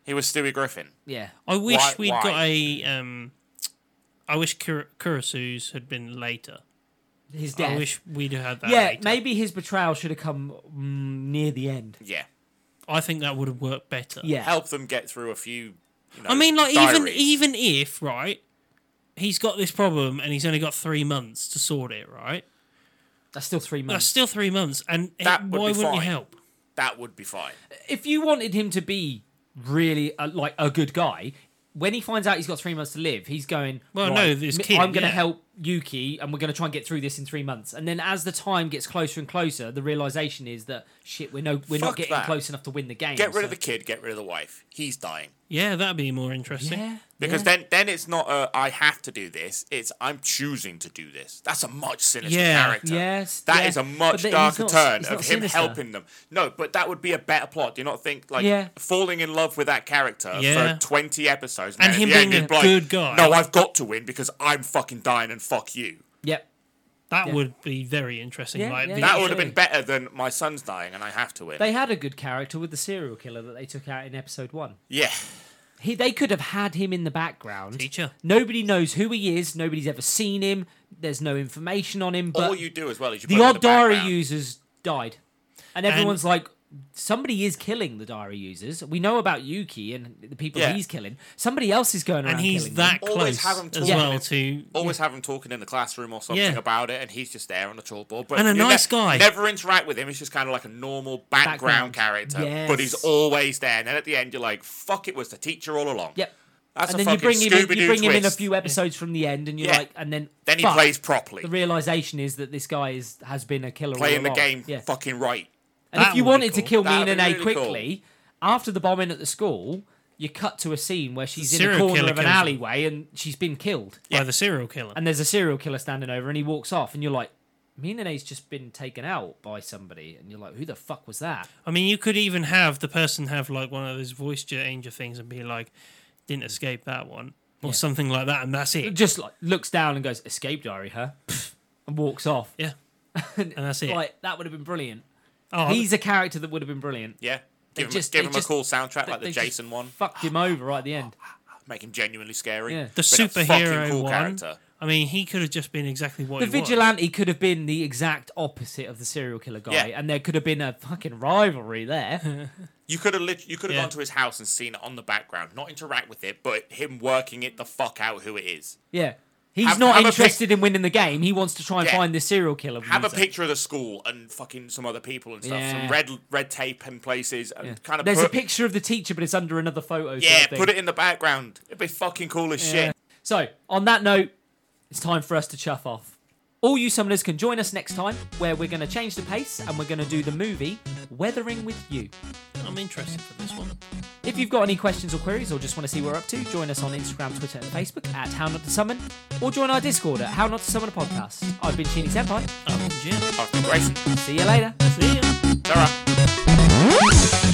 he was Stewie Griffin. Yeah, I wish Why- we'd why? got a. Um, I wish Kur- Kurasu's had been later. his death. I wish we'd have had that. yeah, later. maybe his betrayal should have come mm, near the end. Yeah, I think that would have worked better. Yeah, help them get through a few. You know, I mean, like even diaries. even if right, he's got this problem and he's only got three months to sort it. Right, that's still three that's months. still three months, and it- That would why be wouldn't you fine. help? that would be fine. If you wanted him to be really a, like a good guy, when he finds out he's got three months to live, he's going. Well, right, no, this m- kid, I'm going to yeah. help Yuki, and we're going to try and get through this in three months. And then as the time gets closer and closer, the realization is that shit, we're no, we're not Fuck getting that. close enough to win the game. Get rid of so- the kid. Get rid of the wife. He's dying. Yeah, that'd be more interesting. yeah, Because yeah. then, then it's not a, I have to do this. It's I'm choosing to do this. That's a much sinister Yeah. character. Yes, that is yeah. a But much then he's darker not- turn he's of not him sinister. helping them. No, but that would be a better plot. Do you not think like Yeah. falling in love with that character Yeah. for twenty episodes And then him at the end being he'd a be like, good guy. No, I've got to win because I'm fucking dying and fuck you. Yep. That Yeah. would be very interesting. Yeah, like yeah. the- That would have been Absolutely. better than my son's dying and I have to win. They had a good character with the serial killer that they took out in episode one. yeah. He, they could have had him in the background. Teacher. Nobody knows who he is. Nobody's ever seen him. There's no information on him. All But you do as well is you the put him in odd diary background. users died, and everyone's like, somebody is killing the diary users. We know about Yuki and the people Yeah. he's killing. Somebody else is going around and he's killing them. that Always close have him as talking well and- to always have him talking in the classroom or something Yeah. about it, and he's just there on the chalkboard. But And a you nice guy. Never interact with him. He's just kind of like a normal background, Background. character, Yes. but he's always there. And then at the end, you're like, "Fuck, it was the teacher all along." Yep. That's and a then you fucking bring him in, Scooby-Doo you bring him in a twist. few episodes from the end, and you're Yeah. like, and then Then he fuck, plays properly, The realization is that this guy is has been a killer. all playing the along. game Yeah. fucking right. And That if you would be wanted to cool. kill That'd Mina be Nay really quickly, after the bombing at the school, you cut to a scene where she's in a serial corner killer of an kills her. alleyway and she's been killed. by the serial killer. And there's a serial killer standing over and he walks off and you're like, Mina Nay's just been taken out by somebody. And you're like, who the fuck was that? I mean, you could even have the person have like one of those voice changer things and be like, "Didn't escape that one" or something like that, and that's it. Just like looks down and goes, escape diary, huh? [LAUGHS] Pfft, and walks off. [LAUGHS] Yeah, and that's it. Like, that would have been brilliant. oh, He's a character that would have been brilliant. Yeah, give him, just- give they him just- a cool soundtrack They- like the they just Jason one. Fucked him over right at the end. Make him genuinely scary. Yeah. the Been a fucking superhero cool one. character. I mean, he could have just been exactly what The he was. vigilante could have been the exact opposite of the serial killer guy, Yeah. and there could have been a fucking rivalry [LAUGHS] there. You could have lit- you could have Yeah. gone to his house and seen it on the background, not interact with it, but him working it the fuck out who it is. yeah, he's Have- not have a pic- interested in winning the game. He wants to try and Yeah. find this serial killer. have a loser. picture of the school and fucking some other people and stuff. Yeah. Some red red tape in places and Yeah. kind of There's put, a picture of the teacher, but it's under another photo. sort Yeah, of thing. put it in the background. It'd be fucking cool as shit. So, on that note, it's time for us to chuff off. All you summoners can join us next time, where we're going to change the pace and we're going to do the movie Weathering with You. I'm interested for this one. If you've got any questions or queries or just want to see what we're up to, join us on Instagram, Twitter, and Facebook at How Not to Summon, or join our Discord at How Not to Summon a Podcast. I've been Sheeny Senpai. Oh, Jim. I've been racing. See you later. See ya. Sarah.